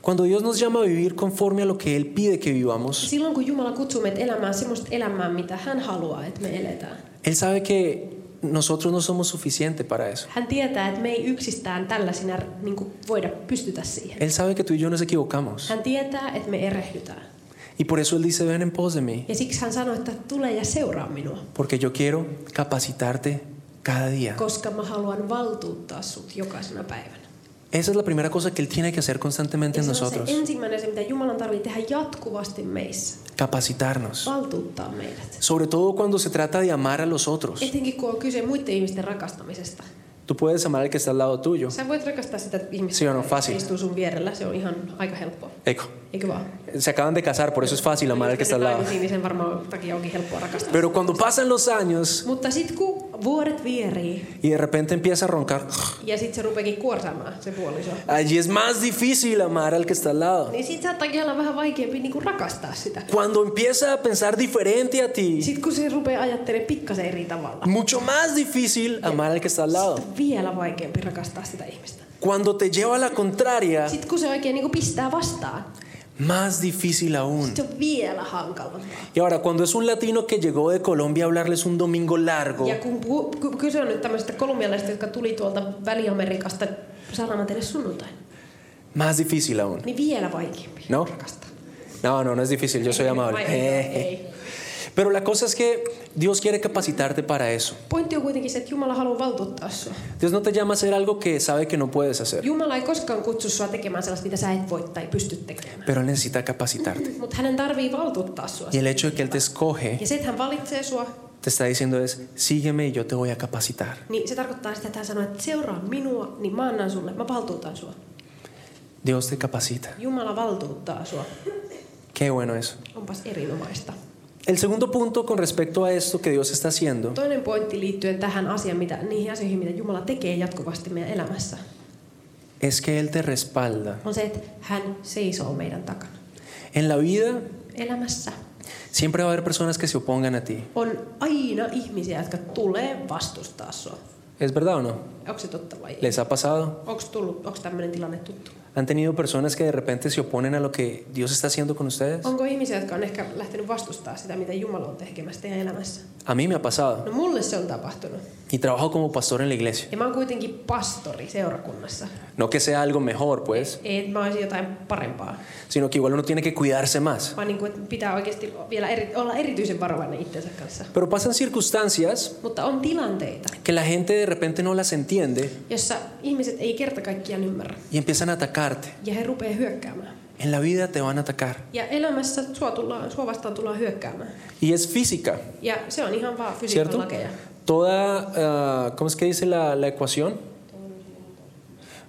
Speaker 2: Cuando Dios nos llama a vivir conforme a lo que Él pide que vivamos,
Speaker 3: Silloin kun Jumala kutsuu meitä elämään semmoista elämää, mitä hän haluaa, että me eletään.
Speaker 2: Él sabe que nosotros no somos suficientes para eso.
Speaker 3: Hän tietää, että me ei yksistään tällaisina niin kuin voida pystytä siihen.
Speaker 2: Él sabe que tú y yo nos equivocamos.
Speaker 3: Hän tietää, että me erehdytään.
Speaker 2: Y por eso Él dice, ven en pos de mí,
Speaker 3: Ja siksi hän sanoi, että tule ja seuraa minua,
Speaker 2: porque yo quiero capacitarte cada día.
Speaker 3: koska mä haluan valtuuttaa sut jokaisena päivänä.
Speaker 2: Esa es la primera cosa que Él tiene que hacer constantemente
Speaker 3: Ja
Speaker 2: en
Speaker 3: se on se
Speaker 2: nosotros.
Speaker 3: ensimmäinen asia, mitä Jumalan tarvii tehdä jatkuvasti meissä.
Speaker 2: Capacitarnos.
Speaker 3: Valtuuttaa meidät.
Speaker 2: Sobre todo cuando se trata de amar a los otros.
Speaker 3: Etenkin kun on kyse muiden ihmisten rakastamisesta.
Speaker 2: Tú Tú puedes amar al que está al lado tuyo.
Speaker 3: Sä voit rakastaa sitä ihmistä,
Speaker 2: No. Se on
Speaker 3: joka
Speaker 2: facil.
Speaker 3: istuu sun vierellä. Se on ihan aika helppoa.
Speaker 2: Eco.
Speaker 3: Eikö vaan?
Speaker 2: Se acaban de casar, por eso es fácil amar al que está al lado.
Speaker 3: Naimisiin, niin sen varmaan takia onkin helppoa rakastaa.
Speaker 2: Pero cuando pasan los años
Speaker 3: Mutta sitten kun vuodet vierii
Speaker 2: y de repente empieza a roncar,
Speaker 3: ja sitten se rupeekin kuorsaamaan se puoliso,
Speaker 2: allí es más difícil amar al que está al lado.
Speaker 3: niin sitten saattaa olla vähän vaikeampi niinku rakastaa sitä.
Speaker 2: Cuando empieza a pensar diferente a ti,
Speaker 3: Sitten kun se rupeaa ajattelemaan pikkasen eri tavalla,
Speaker 2: mucho más difícil amar al que está al lado.
Speaker 3: sitten on vielä vaikeampi rakastaa sitä ihmistä.
Speaker 2: Cuando te lleva a la contraria,
Speaker 3: Sitten kun se oikein niinku pistää vastaan,
Speaker 2: más difícil aún.
Speaker 3: sit se on vielä hankalampaa.
Speaker 2: Y ahora, cuando es un latino que llegó de Colombia a hablarles un domingo largo,
Speaker 3: Ja kun pu- ku- kyse on nyt tämmöisistä kolumbialaisista, jotka tuli tuolta Väli-Amerikasta saarana teille sunnuntain,
Speaker 2: más difícil aún.
Speaker 3: niin vielä vaikeampi
Speaker 2: No.
Speaker 3: rakastaa.
Speaker 2: No, no, no es difícil, yo soy amable. Eh,
Speaker 3: Vai- ei.
Speaker 2: Pero la cosa es que Dios quiere capacitarte para eso.
Speaker 3: Pointti on kuitenkin se, että Jumala haluaa valtuuttaa sua.
Speaker 2: Dios no te llama a hacer algo que sabe que no puedes hacer,
Speaker 3: Jumala ei koskaan kutsu sua tekemään sellaista, mitä sä et voi tai pysty tekemään.
Speaker 2: pero Él necesita capacitarte.
Speaker 3: Mutta hänen tarvii valtuuttaa sua.
Speaker 2: Y el hecho de que Él te escoge,
Speaker 3: Ja se, että hän valitsee sua,
Speaker 2: te está diciendo es, sígueme y yo te voy a capacitar.
Speaker 3: niin se tarkoittaa sitä, että hän sanoo, että seuraa minua, niin mä annan sulle, mä valtuutan sua.
Speaker 2: Dios te capacita.
Speaker 3: Jumala valtuuttaa sua.
Speaker 2: Qué bueno eso.
Speaker 3: Onpas erinomaista.
Speaker 2: El segundo punto con respecto a esto que Dios está haciendo
Speaker 3: Toinen pointti liittyen tähän asiaan, mitä, niihin asioihin, mitä Jumala tekee jatkuvasti meidän elämässä,
Speaker 2: es que Él te respalda.
Speaker 3: on se, että hän seisoo meidän takana.
Speaker 2: En la vida
Speaker 3: Elämässä
Speaker 2: siempre va a haber personas que se opongan a ti.
Speaker 3: on aina ihmisiä, jotka tulee vastustaa sua.
Speaker 2: ¿Es verdad o no?
Speaker 3: Onko se totta vai ei?
Speaker 2: ¿Les ha pasado?
Speaker 3: Onko tullut, onko tämmöinen tilanne tuttu?
Speaker 2: ¿Han tenido personas que de repente se oponen a lo que Dios está haciendo con ustedes?
Speaker 3: Onko ihmisiä, jotka on ehkä lähtenyt vastustaa sitä, mitä Jumala on tekemässä teidän elämässä?
Speaker 2: A mí me ha pasado.
Speaker 3: No mulle se on tapahtunut.
Speaker 2: Y trabajo como pastor en la iglesia.
Speaker 3: Ja mä oon kuitenkin pastori seurakunnassa.
Speaker 2: No que sea algo mejor, pues,
Speaker 3: Ei, että mä olisin jotain parempaa.
Speaker 2: sino que igual uno tiene que cuidarse más.
Speaker 3: Vaan niin kuin, että pitää oikeasti vielä eri, olla erityisen varovainen itsensä kanssa.
Speaker 2: Pero pasan circunstancias
Speaker 3: Mutta on tilanteita,
Speaker 2: que la gente de repente no las entiende
Speaker 3: jossa ihmiset ei kerta kaikkiaan ymmärrä.
Speaker 2: y empiezan a atacarte.
Speaker 3: Ja he rupeaa hyökkäämään.
Speaker 2: En la vida te van a atacar.
Speaker 3: Ja elämässä sua, tullaan, sua vastaan tullaan hyökkäämään.
Speaker 2: Y es física,
Speaker 3: Ja se on ihan vaan fysiikan
Speaker 2: ¿cierto?
Speaker 3: lakeja.
Speaker 2: Toda, ah, ¿cómo es que dice la, la ecuación?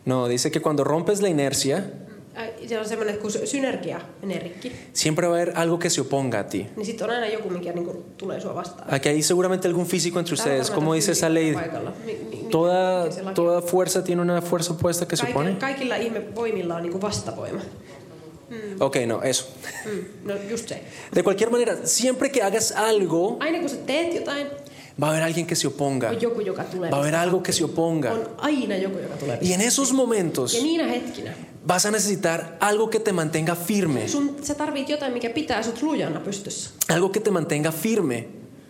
Speaker 2: No, dice que cuando rompes la inercia,
Speaker 3: Ai, Se on semmoinen, että kun sy- synergia menee rikki,
Speaker 2: siempre va a haber algo que se oponga a ti.
Speaker 3: niin sitten on aina joku, mikä niin kuin, tulee sua vastaan.
Speaker 2: Aquí hay seguramente algún físico entre
Speaker 3: Täällä
Speaker 2: ustedes.
Speaker 3: varmaan
Speaker 2: ¿Cómo
Speaker 3: on
Speaker 2: dice esa
Speaker 3: fysiikka
Speaker 2: ley?
Speaker 3: paikalla. Mi- mi- mikä-
Speaker 2: Toda,
Speaker 3: mikä se laki-
Speaker 2: toda fuerza tiene una fuerza opuesta que se
Speaker 3: Kaikilla-
Speaker 2: opone.
Speaker 3: Kaikilla ihmevoimilla on niinku vastavoima.
Speaker 2: Ok, no, eso.
Speaker 3: Mm, no just se.
Speaker 2: De cualquier manera, siempre que hagas algo,
Speaker 3: Aina kun sä teet jotain,
Speaker 2: va a haber alguien que se oponga.
Speaker 3: on joku, joka tulee.
Speaker 2: Va a haber algo que se oponga.
Speaker 3: On aina joku, joka tulee.
Speaker 2: Y en esos momentos
Speaker 3: Ja niinä hetkinä
Speaker 2: vas a necesitar algo que te mantenga firme.
Speaker 3: sun, sä tarvit jotain, mikä pitää sut lujana pystyssä.
Speaker 2: Algo que te mantenga firme.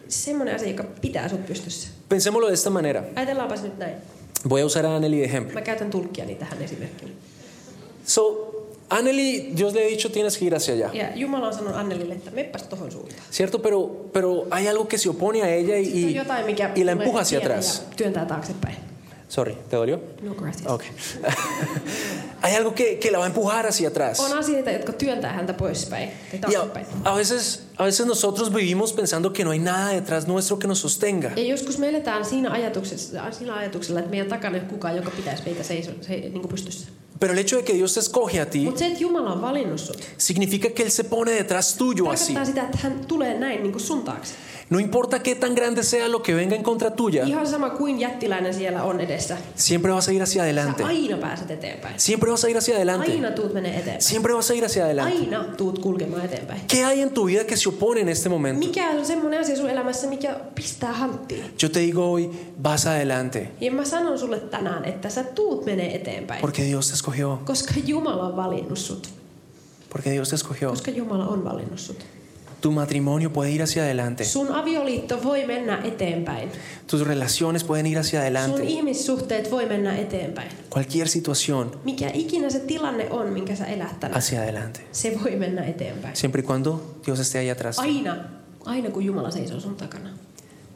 Speaker 3: Semmoinen asia, joka pitää sut pystyssä.
Speaker 2: Pensémoslo de esta manera.
Speaker 3: Ajatellaanpas nyt näin.
Speaker 2: Voy a usar a Anneli de ejemplo.
Speaker 3: Mä käytän tulkkiani tähän esimerkkiin.
Speaker 2: So, Anneli, Dios le ha dicho tienes que ir hacia allá.
Speaker 3: Ja Jumala on sanonut Annelille, että meppäs tohon suuntaan.
Speaker 2: ¿Cierto? Pero, pero hay algo que se opone a ella y,
Speaker 3: Se on
Speaker 2: y-
Speaker 3: jotain, mikä
Speaker 2: y la
Speaker 3: tulee
Speaker 2: empuja hacia
Speaker 3: tieltä
Speaker 2: atrás.
Speaker 3: ja Työntää taaksepäin.
Speaker 2: Sorry, ¿te dolió?
Speaker 3: No gracias.
Speaker 2: Ok. *laughs* Hay algo que, que la va a empujar hacia atrás.
Speaker 3: On asioita, jotka työntää häntä poispäin. Tai
Speaker 2: Y a,
Speaker 3: taaksepäin.
Speaker 2: a veces, a veces nosotros vivimos pensando que no hay nada detrás nuestro que nos sostenga.
Speaker 3: Ja joskus me eletään siinä ajatuksessa, sillä ajatuksella, että meidän takana ei ole kukaan, joka pitäisi meitä seiso, se, niin kuin pystyssä.
Speaker 2: Pero el hecho de que Dios te escoge a ti
Speaker 3: Mutta se, että Jumala on valinnut sut,
Speaker 2: significa que Él se pone detrás tuyo así.
Speaker 3: tarkoittaa sitä, että hän tulee näin niin kuin sun taakse.
Speaker 2: No importa qué tan grande sea lo que venga en contra tuya,
Speaker 3: Ihan sama kuin jättiläinen siellä on edessä.
Speaker 2: siempre vas a ir hacia adelante.
Speaker 3: Sä aina pääset eteenpäin.
Speaker 2: Siempre vas a ir hacia adelante.
Speaker 3: Aina tuut menee eteenpäin.
Speaker 2: Siempre vas a ir hacia adelante.
Speaker 3: Aina tuut kulkemaan eteenpäin.
Speaker 2: ¿Qué hay en tu vida que se opone en este momento?
Speaker 3: Mikä on semmoinen asia sun elämässä, mikä pistää hanttiin?
Speaker 2: Yo te digo hoy, vas adelante,
Speaker 3: Ja mä sanon sulle tänään, että sä tuut menee eteenpäin.
Speaker 2: porque Dios te escogió,
Speaker 3: Koska Jumala on valinnut sut.
Speaker 2: porque Dios te escogió.
Speaker 3: Koska Jumala on valinnut sut.
Speaker 2: Tu matrimonio puede ir hacia adelante.
Speaker 3: Sun avioliitto voi mennä eteenpäin.
Speaker 2: Tus relaciones pueden ir hacia
Speaker 3: Sun
Speaker 2: adelante.
Speaker 3: ihmissuhteet voi mennä eteenpäin.
Speaker 2: Cualquier situación
Speaker 3: Mikä ikinä se tilanne on, minkä sä elät tänään,
Speaker 2: hacia adelante.
Speaker 3: se voi mennä eteenpäin.
Speaker 2: Siempre y cuando Dios esté ahí atrás.
Speaker 3: Aina, aina kun Jumala seisoo sun takana.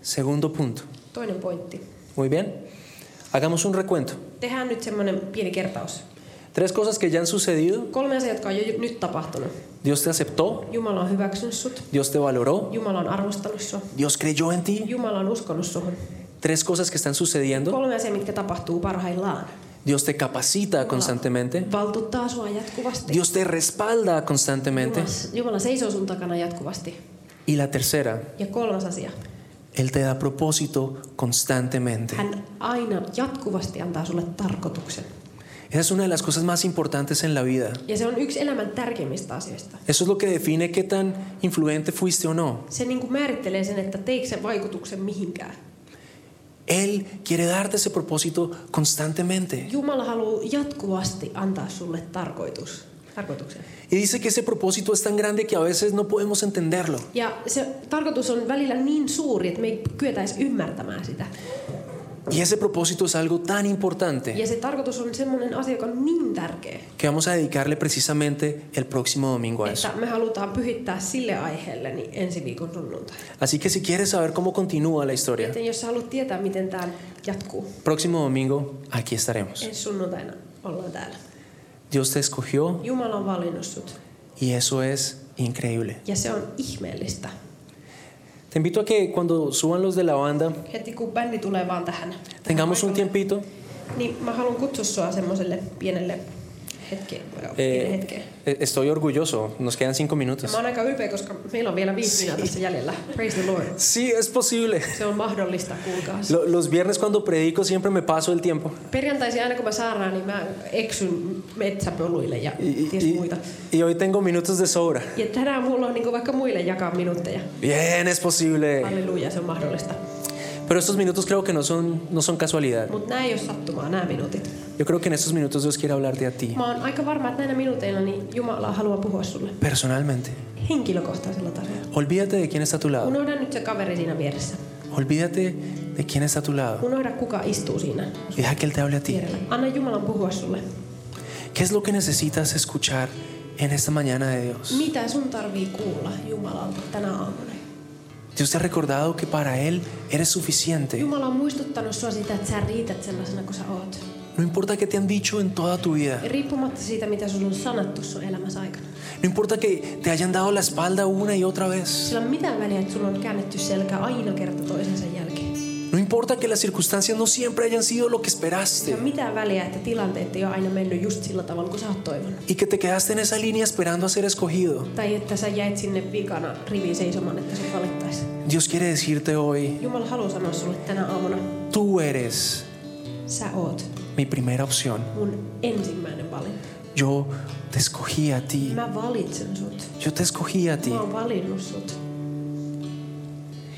Speaker 2: Segundo punto.
Speaker 3: Toinen pointti.
Speaker 2: Muy bien. Hagamos un recuento.
Speaker 3: Tehdään nyt semmoinen pieni kertaus.
Speaker 2: Tres cosas que ya han sucedido.
Speaker 3: Kolme asiaa, jotka on jo nyt tapahtunut.
Speaker 2: Dios te aceptó,
Speaker 3: Jumala on hyväksynyt sut.
Speaker 2: Dios te valoró,
Speaker 3: Jumala on arvostanut sua.
Speaker 2: Dios creyó en ti,
Speaker 3: Jumala on uskonut suhun.
Speaker 2: te tres cosas que están sucediendo.
Speaker 3: Kolme asiaa, mitkä tapahtuu parhaillaan.
Speaker 2: Dios te capacita constantemente.
Speaker 3: Valtuuttaa sua jatkuvasti.
Speaker 2: Dios te respalda constantemente.
Speaker 3: Jumala, Jumala seisoo sun takana jatkuvasti.
Speaker 2: Y la tercera,
Speaker 3: Ja kolmas asia.
Speaker 2: Él te da propósito constantemente.
Speaker 3: Hän aina jatkuvasti antaa sulle tarkoituksen.
Speaker 2: Esa es una de las cosas más importantes en la vida.
Speaker 3: Ja se on yksi elämän tärkeimmistä asioista.
Speaker 2: Eso es lo que define qué tan influente fuiste o no.
Speaker 3: Se niin kuin määrittelee sen, että teikö se vaikutuksen mihinkään.
Speaker 2: Él quiere darte ese propósito constantemente.
Speaker 3: Jumala haluaa jatkuvasti antaa sulle tarkoitus, tarkoituksen.
Speaker 2: Y dice que ese propósito es tan grande que a veces no podemos entenderlo.
Speaker 3: Ja se tarkoitus on välillä niin suuri, että me ei kyetäisi ymmärtämään sitä.
Speaker 2: Y ese propósito es algo tan importante
Speaker 3: Ja se tarkoitus on semmoinen asia, joka on niin tärkeä,
Speaker 2: que vamos a dedicarle precisamente el próximo domingo a eso.
Speaker 3: että me halutaan pyhittää sille aiheelle niin ensi viikon sunnuntai.
Speaker 2: Así que si quieres saber cómo continúa la historia,
Speaker 3: Joten jos sä haluat tietää, miten tämä jatkuu,
Speaker 2: próximo domingo aquí estaremos.
Speaker 3: ensi sunnuntaina ollaan täällä.
Speaker 2: Dios te escogió
Speaker 3: Jumala on valinnut sut.
Speaker 2: y eso es increíble.
Speaker 3: Ja se on ihmeellistä.
Speaker 2: Te invito a que cuando suban los de la banda,
Speaker 3: Heti kun bändi tulee vaan tähän,
Speaker 2: tengamos un tiempito.
Speaker 3: niin mä haluan kutsua sua semmoiselle pienelle hetkeen.
Speaker 2: Eh,
Speaker 3: pienen hetkeen.
Speaker 2: eh, estoy orgulloso, nos quedan cinco
Speaker 3: Ja
Speaker 2: minutos.
Speaker 3: mä oon aika ylpeä, koska meillä on vielä viisi minuuttia tässä jäljellä. Praise the Lord.
Speaker 2: Sí, es posible.
Speaker 3: Se on mahdollista, kuulkaa.
Speaker 2: Lo- los viernes cuando predico siempre me paso el tiempo.
Speaker 3: Perjantaisin aina kun mä saarnaan, niin mä eksyn metsäpoluille ja
Speaker 2: Y, y-
Speaker 3: ties
Speaker 2: y-
Speaker 3: muita.
Speaker 2: y hoy tengo minutos de sobra.
Speaker 3: Ja tänään mulla on niin vaikka muille jakaa minuutteja.
Speaker 2: Bien, es posible.
Speaker 3: Halleluja, se on mahdollista.
Speaker 2: Pero estos minutos creo que no son, no son casualidad.
Speaker 3: Mutta nämä ei ole sattumaa, nämä minuutit.
Speaker 2: Yo creo que en estos minutos Dios quiere hablarte a ti,
Speaker 3: Mä oon aika varma, että näinä minuuteilla niin Jumala haluaa puhua sulle
Speaker 2: personalmente.
Speaker 3: henkilökohtaisella tasolla.
Speaker 2: Olvídate de quién está a tu lado.
Speaker 3: Unohda nyt se kaveri siinä vieressä.
Speaker 2: Olvídate de quién está a tu lado.
Speaker 3: Unohda, kuka istuu siinä
Speaker 2: Y deja que Él te hable a ti.
Speaker 3: vierellä. Anna Jumalan puhua sulle.
Speaker 2: ¿Qué es lo que necesitas escuchar en esta mañana de Dios?
Speaker 3: Mitä sun tarvii kuulla Jumalalta tänä aamuna?
Speaker 2: Dios te ha recordado que para Él eres suficiente.
Speaker 3: Jumala on muistuttanut sua siitä, että sä riität sellaisena kuin sä oot.
Speaker 2: No importa qué te han dicho en toda tu vida.
Speaker 3: Riippumatta siitä, mitä sun on sanottu sun elämässä aikana.
Speaker 2: No importa que te hayan dado la espalda una y otra vez.
Speaker 3: Sillä on mitään väliä, että sulla on käännetty selkä aina kerta toisensa jälkeen.
Speaker 2: No importa que las circunstancias no siempre hayan sido lo que
Speaker 3: Sillä
Speaker 2: esperaste.
Speaker 3: on mitään väliä, että tilanteet ei ole aina mennyt just sillä tavalla, kun sä oot toivonut.
Speaker 2: Y que te quedaste en esa línea esperando a ser escogido.
Speaker 3: Tai että sä jäit sinne vikana riviin seisomaan, että sut valittaisi.
Speaker 2: Dios quiere decirte hoy,
Speaker 3: Jumala haluaa sanoa sulle tänä aamuna,
Speaker 2: tú eres
Speaker 3: sä oot
Speaker 2: mi primera opción.
Speaker 3: mun ensimmäinen valinta.
Speaker 2: Yo te escogí a ti.
Speaker 3: Mä valitsen sut.
Speaker 2: Yo te escogí a ti.
Speaker 3: Mä oon valinnut sut.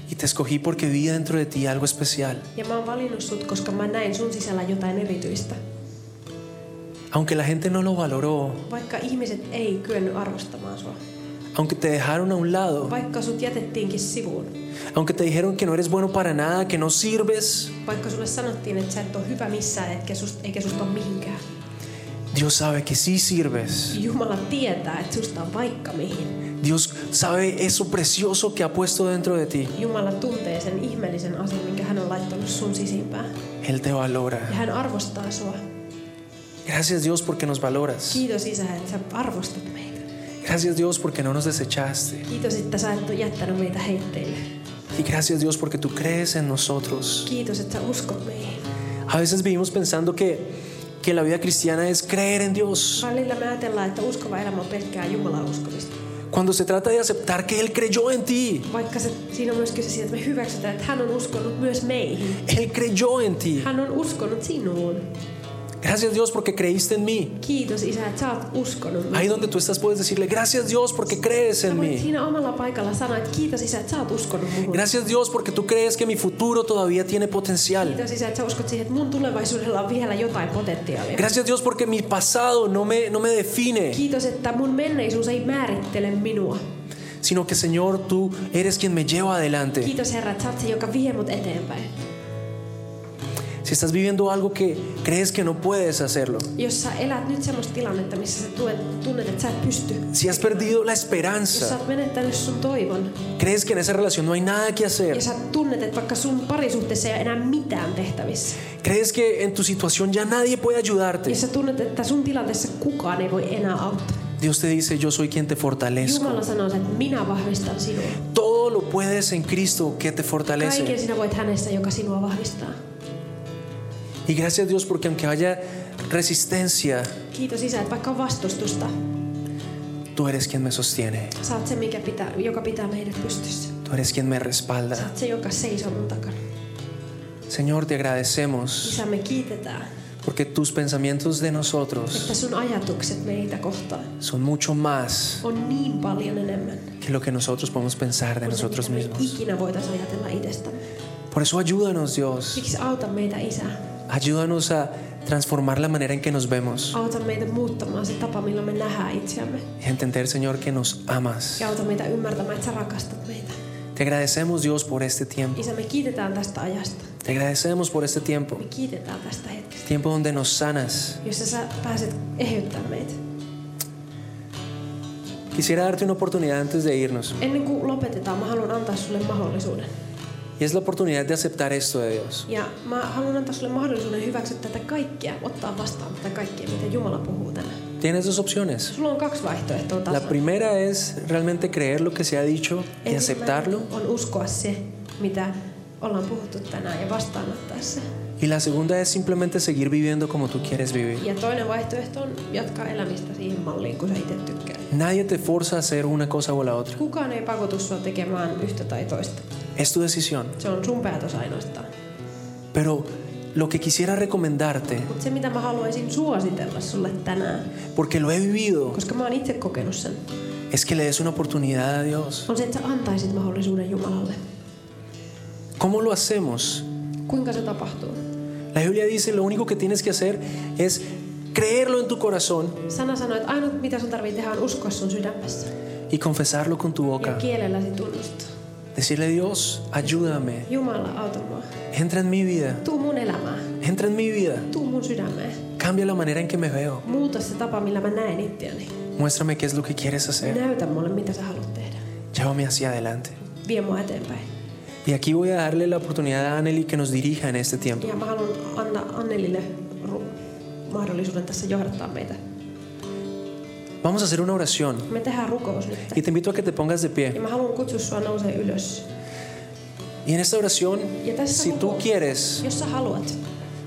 Speaker 2: Y te escogí porque vi dentro de ti algo especial.
Speaker 3: Ja mä oon valinnut sut, koska mä näin sun sisällä jotain erityistä.
Speaker 2: Aunque la gente no lo valoró,
Speaker 3: Vaikka ihmiset ei kyennyt arvostamaan sua.
Speaker 2: aunque te dejaron a un lado,
Speaker 3: Vaikka sut jätettiinkin sivuun.
Speaker 2: aunque te dijeron que no eres bueno para nada, que no sirves,
Speaker 3: Vaikka sulle sanottiin, että sä et ole hyvä missään, etkä susta, eikä susta ole mihinkään. niin
Speaker 2: Dios sabe que sí sirves.
Speaker 3: Jumala tietää, että susta on vaikka mihin.
Speaker 2: Dios sabe eso precioso que ha puesto dentro de ti.
Speaker 3: Jumala tuntee sen ihmeellisen asian, minkä hän on laittanut sun sisimpään.
Speaker 2: Él te
Speaker 3: Ja
Speaker 2: valora.
Speaker 3: hän arvostaa sua.
Speaker 2: Gracias Dios porque nos valoras.
Speaker 3: Kiitos Isä, että sä arvostat meitä.
Speaker 2: Gracias Dios porque no nos desechaste.
Speaker 3: Kiitos, että sä et ole jättänyt meitä heitteille.
Speaker 2: Y gracias Dios porque tú crees en nosotros.
Speaker 3: Kiitos, että sä uskot meihin.
Speaker 2: A veces vivimos pensando que, que la vida cristiana es creer en Dios.
Speaker 3: Välillä me ajatellaan, että uskova elämä on pelkkää Jumalan uskomista.
Speaker 2: Cuando se trata de aceptar que Él creyó en ti.
Speaker 3: Vaikka se, siinä on myös kyse siitä, että me hyväksytään, että hän on uskonut myös meihin.
Speaker 2: Él creyó en ti.
Speaker 3: Hän on uskonut sinuun.
Speaker 2: Gracias Dios porque creíste en mí.
Speaker 3: Kiitos Isä, että sä oot uskonut
Speaker 2: Ahí
Speaker 3: meihin.
Speaker 2: donde tú estás puedes decirle, gracias Dios porque crees
Speaker 3: Sä
Speaker 2: en
Speaker 3: voit
Speaker 2: mí.
Speaker 3: siinä omalla paikalla sanoa, että kiitos Isä, että sä oot uskonut muuhun.
Speaker 2: Gracias Dios porque tú crees que mi futuro todavía tiene potencial.
Speaker 3: Kiitos Isä, että sä uskot siihen, että mun tulevaisuudella on vielä jotain potentiaalia.
Speaker 2: Gracias Dios porque mi pasado no me, no me define,
Speaker 3: Kiitos, että mun menneisyys ei määrittele minua.
Speaker 2: sino que Señor, tú eres quien me lleva adelante.
Speaker 3: Kiitos Herra, että sä oot se, joka vie mut eteenpäin.
Speaker 2: Si estás viviendo algo que crees que no puedes hacerlo,
Speaker 3: Jos sä elät nyt semmoista tilannetta, missä sä tuet, tunnet, että sä et pysty.
Speaker 2: si has perdido la
Speaker 3: Jos sä
Speaker 2: esperanza,
Speaker 3: oot menettänyt sun toivon.
Speaker 2: crees que en esa relación no hay nada que
Speaker 3: Ja
Speaker 2: hacer,
Speaker 3: sä tunnet, että vaikka sun parisuhteessa ei ole enää mitään tehtävissä.
Speaker 2: crees que en tu situación ya nadie puede ayudarte,
Speaker 3: Ja sä tunnet, että sun tilanteessa kukaan ei voi enää auttaa.
Speaker 2: Dios te dice, yo soy quien te fortalezco.
Speaker 3: Jumala sanoo, että minä vahvistan sinua.
Speaker 2: Todo lo todo puedes en Cristo que te fortalece.
Speaker 3: Kaiken sinä voit hänessä, joka sinua vahvistaa.
Speaker 2: Y gracias a Dios porque aunque haya resistencia,
Speaker 3: Kiitos Isä, että vaikka on vastustusta,
Speaker 2: tú eres quien me sostiene,
Speaker 3: sä oot se, mikä pitää, joka pitää meidät pystyssä.
Speaker 2: tú eres quien me
Speaker 3: Sä
Speaker 2: respalda.
Speaker 3: oot se, joka seisoo mun takana.
Speaker 2: Señor, te agradecemos
Speaker 3: Isä, me kiitetään,
Speaker 2: porque tus pensamientos de
Speaker 3: että
Speaker 2: nosotros
Speaker 3: sun ajatukset meitä kohtaan
Speaker 2: son mucho más
Speaker 3: on niin paljon enemmän
Speaker 2: que lo que nosotros podemos pensar de
Speaker 3: kuin se,
Speaker 2: nosotros
Speaker 3: mitä me
Speaker 2: mismos.
Speaker 3: ikinä voitaisiin ajatella itsestämme.
Speaker 2: Por eso ayúdanos, Dios.
Speaker 3: Siksi auta meitä, Isä.
Speaker 2: Ayúdanos a transformar la manera en que nos vemos
Speaker 3: Auta meitä muuttamaan se tapa, millä me nähdään itseämme.
Speaker 2: y entender, Señor, que nos amas.
Speaker 3: Ja auta meitä ymmärtämään, että sä rakastat meitä.
Speaker 2: Te agradecemos, Dios, por este tiempo.
Speaker 3: Isä, me kiitetään tästä ajasta.
Speaker 2: Te agradecemos por este tiempo.
Speaker 3: Me kiitetään tästä hetkestä,
Speaker 2: Tiempo donde nos sanas.
Speaker 3: jossa sä pääset eheyttämään meitä.
Speaker 2: Quisiera darte una oportunidad antes de irnos.
Speaker 3: Ennen kuin lopetetaan, mä haluan antaa sulle mahdollisuuden.
Speaker 2: Y es la oportunidad de aceptar esto de Dios.
Speaker 3: Ja mä haluan antaa sulle mahdollisuuden hyväksyä tätä kaikkea, ottaa vastaan tätä kaikkea, mitä Jumala puhuu tänään.
Speaker 2: Tienes dos opciones.
Speaker 3: Sulla on kaksi vaihtoehtoa tasan.
Speaker 2: La primera es realmente creer lo que se ha dicho y
Speaker 3: Ensimmäinen
Speaker 2: aceptarlo.
Speaker 3: on uskoa se, mitä ollaan puhuttu tänään ja vastaanottaa se.
Speaker 2: Y la segunda es simplemente seguir viviendo como tú quieres vivir.
Speaker 3: Ja toinen vaihtoehto on jatkaa elämistä siihen malliin, kun sä itse tykkäät.
Speaker 2: Nadie te forza a hacer una cosa o la otra.
Speaker 3: Kukaan ei pakotu sua tekemään yhtä tai toista.
Speaker 2: Es tu decisión.
Speaker 3: Se on sun päätös ainoastaan.
Speaker 2: Pero lo que quisiera recomendarte,
Speaker 3: Mutta se, mitä mä haluaisin suositella sulle tänään,
Speaker 2: porque lo he vivido,
Speaker 3: koska mä oon itse kokenut sen,
Speaker 2: es que le des una oportunidad a Dios.
Speaker 3: on se, että sä antaisit mahdollisuuden Jumalalle.
Speaker 2: ¿Cómo lo hacemos?
Speaker 3: Kuinka se tapahtuu?
Speaker 2: La Biblia dice lo único que tienes que hacer es creerlo en tu corazón
Speaker 3: Sana sanoi, että ainut mitä sun tarvii tehdä on uskoa sun sydämessä.
Speaker 2: y confesarlo con tu
Speaker 3: Ja
Speaker 2: boca.
Speaker 3: kielelläsi tunnustaa.
Speaker 2: Decirle Dios, ayúdame,
Speaker 3: Jumala, auta mua.
Speaker 2: entra en mi vida,
Speaker 3: Tuu mun elämään.
Speaker 2: entra en mi vida,
Speaker 3: Tuu mun sydämeen.
Speaker 2: cambia la manera en que me veo,
Speaker 3: Muuta se tapa, millä mä näen itseäni.
Speaker 2: muéstrame qué es lo que quieres hacer,
Speaker 3: Näytä mulle, mitä sä haluat tehdä.
Speaker 2: llévame hacia adelante.
Speaker 3: Vie mua eteenpäin.
Speaker 2: Y aquí voy a darle la oportunidad a Anneli que nos dirija en este tiempo.
Speaker 3: Ja mä haluan antaa Annelille ru- mahdollisuuden tässä johdattaa meitä.
Speaker 2: Vamos a hacer una oración
Speaker 3: Me tehdään rukous nyt.
Speaker 2: y te invito a que te pongas de pie.
Speaker 3: Ja mä haluan kutsua sua nousee ylös.
Speaker 2: Y en esta oración,
Speaker 3: Y esta es
Speaker 2: si
Speaker 3: como-
Speaker 2: tú quieres,
Speaker 3: Jos sä haluat,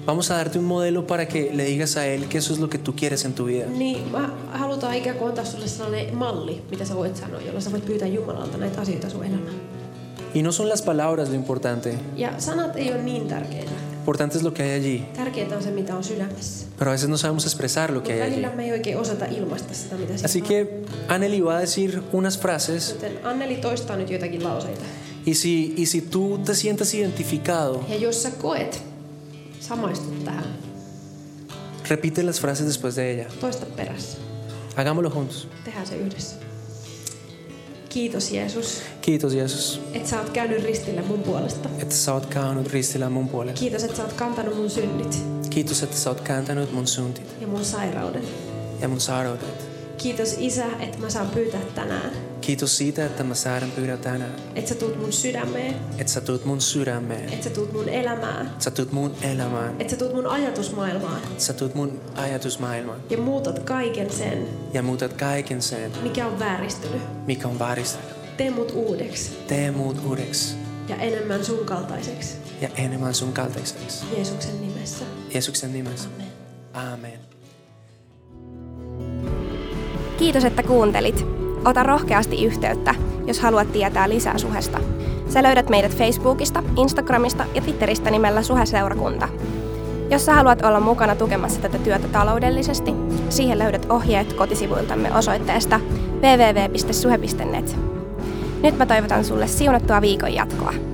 Speaker 2: vamos a darte un modelo para que le digas a Él que eso es lo que tú quieres en tu vida.
Speaker 3: niin mä halutaan ikään kuin antaa sulle sellainen malli, mitä sä voit sanoa, jolla sä voit pyytää Jumalalta näitä asioita sun elämään.
Speaker 2: Y no son las palabras lo importante,
Speaker 3: Ja sanat ei ole niin tärkeitä.
Speaker 2: lo importante es lo que hay allí.
Speaker 3: Tärkeintä on se, mitä on sydämessä.
Speaker 2: Pero a veces no sabemos expresar lo
Speaker 3: Mutta
Speaker 2: que hay allí.
Speaker 3: välillä me ei oikein osata ilmaista sitä, mitä
Speaker 2: Así
Speaker 3: siinä on.
Speaker 2: que Anneli va a decir unas frases
Speaker 3: Joten Anneli toistaa nyt joitakin lauseita.
Speaker 2: y si, y si tú te sientes identificado,
Speaker 3: Ja jos sä koet, samaistut tähän,
Speaker 2: repite las frases después de ella.
Speaker 3: toista perässä.
Speaker 2: Hagámoslo juntos.
Speaker 3: Tehdään se yhdessä. Kiitos Jeesus,
Speaker 2: Kiitos Jeesus,
Speaker 3: että sä oot käynyt ristillä mun puolesta.
Speaker 2: että sä oot kaanut ristillä mun puolella.
Speaker 3: Kiitos, että sä oot kantanut mun synnit
Speaker 2: Kiitos, että sä oot kantanut mun syntit
Speaker 3: ja mun sairauden.
Speaker 2: ja mun sairaudet.
Speaker 3: Kiitos Isä, että mä saan pyytää tänään,
Speaker 2: Kiitos siitä, että mä saaren pyydän tänään,
Speaker 3: että sä tuut mun sydämeen,
Speaker 2: että sä tuut mun sydämeen,
Speaker 3: että sä tuut mun elämään,
Speaker 2: sä tuut mun elämään,
Speaker 3: että sä tuut mun ajatusmaailmaan
Speaker 2: sä tuut mun ajatusmaailmaan
Speaker 3: ja muutat kaiken sen,
Speaker 2: ja muutat kaiken sen,
Speaker 3: mikä on vääristynyt.
Speaker 2: mikä on vääristänyt.
Speaker 3: Tee mut uudeksi
Speaker 2: Tee muut uudeksi
Speaker 3: ja enemmän sun kaltaiseksi.
Speaker 2: ja enemmän sun kaltaiseksi.
Speaker 3: Jeesuksen nimessä.
Speaker 2: Jeesuksen nimessä.
Speaker 3: Amen.
Speaker 2: Amen.
Speaker 1: Kiitos, että kuuntelit. Ota rohkeasti yhteyttä, jos haluat tietää lisää suhesta. Sä löydät meidät Facebookista, Instagramista ja Twitteristä nimellä Suheseurakunta. Jos sä haluat olla mukana tukemassa tätä työtä taloudellisesti, siihen löydät ohjeet kotisivuiltamme osoitteesta www.suhe.net. Nyt mä toivotan sulle siunattua viikon jatkoa.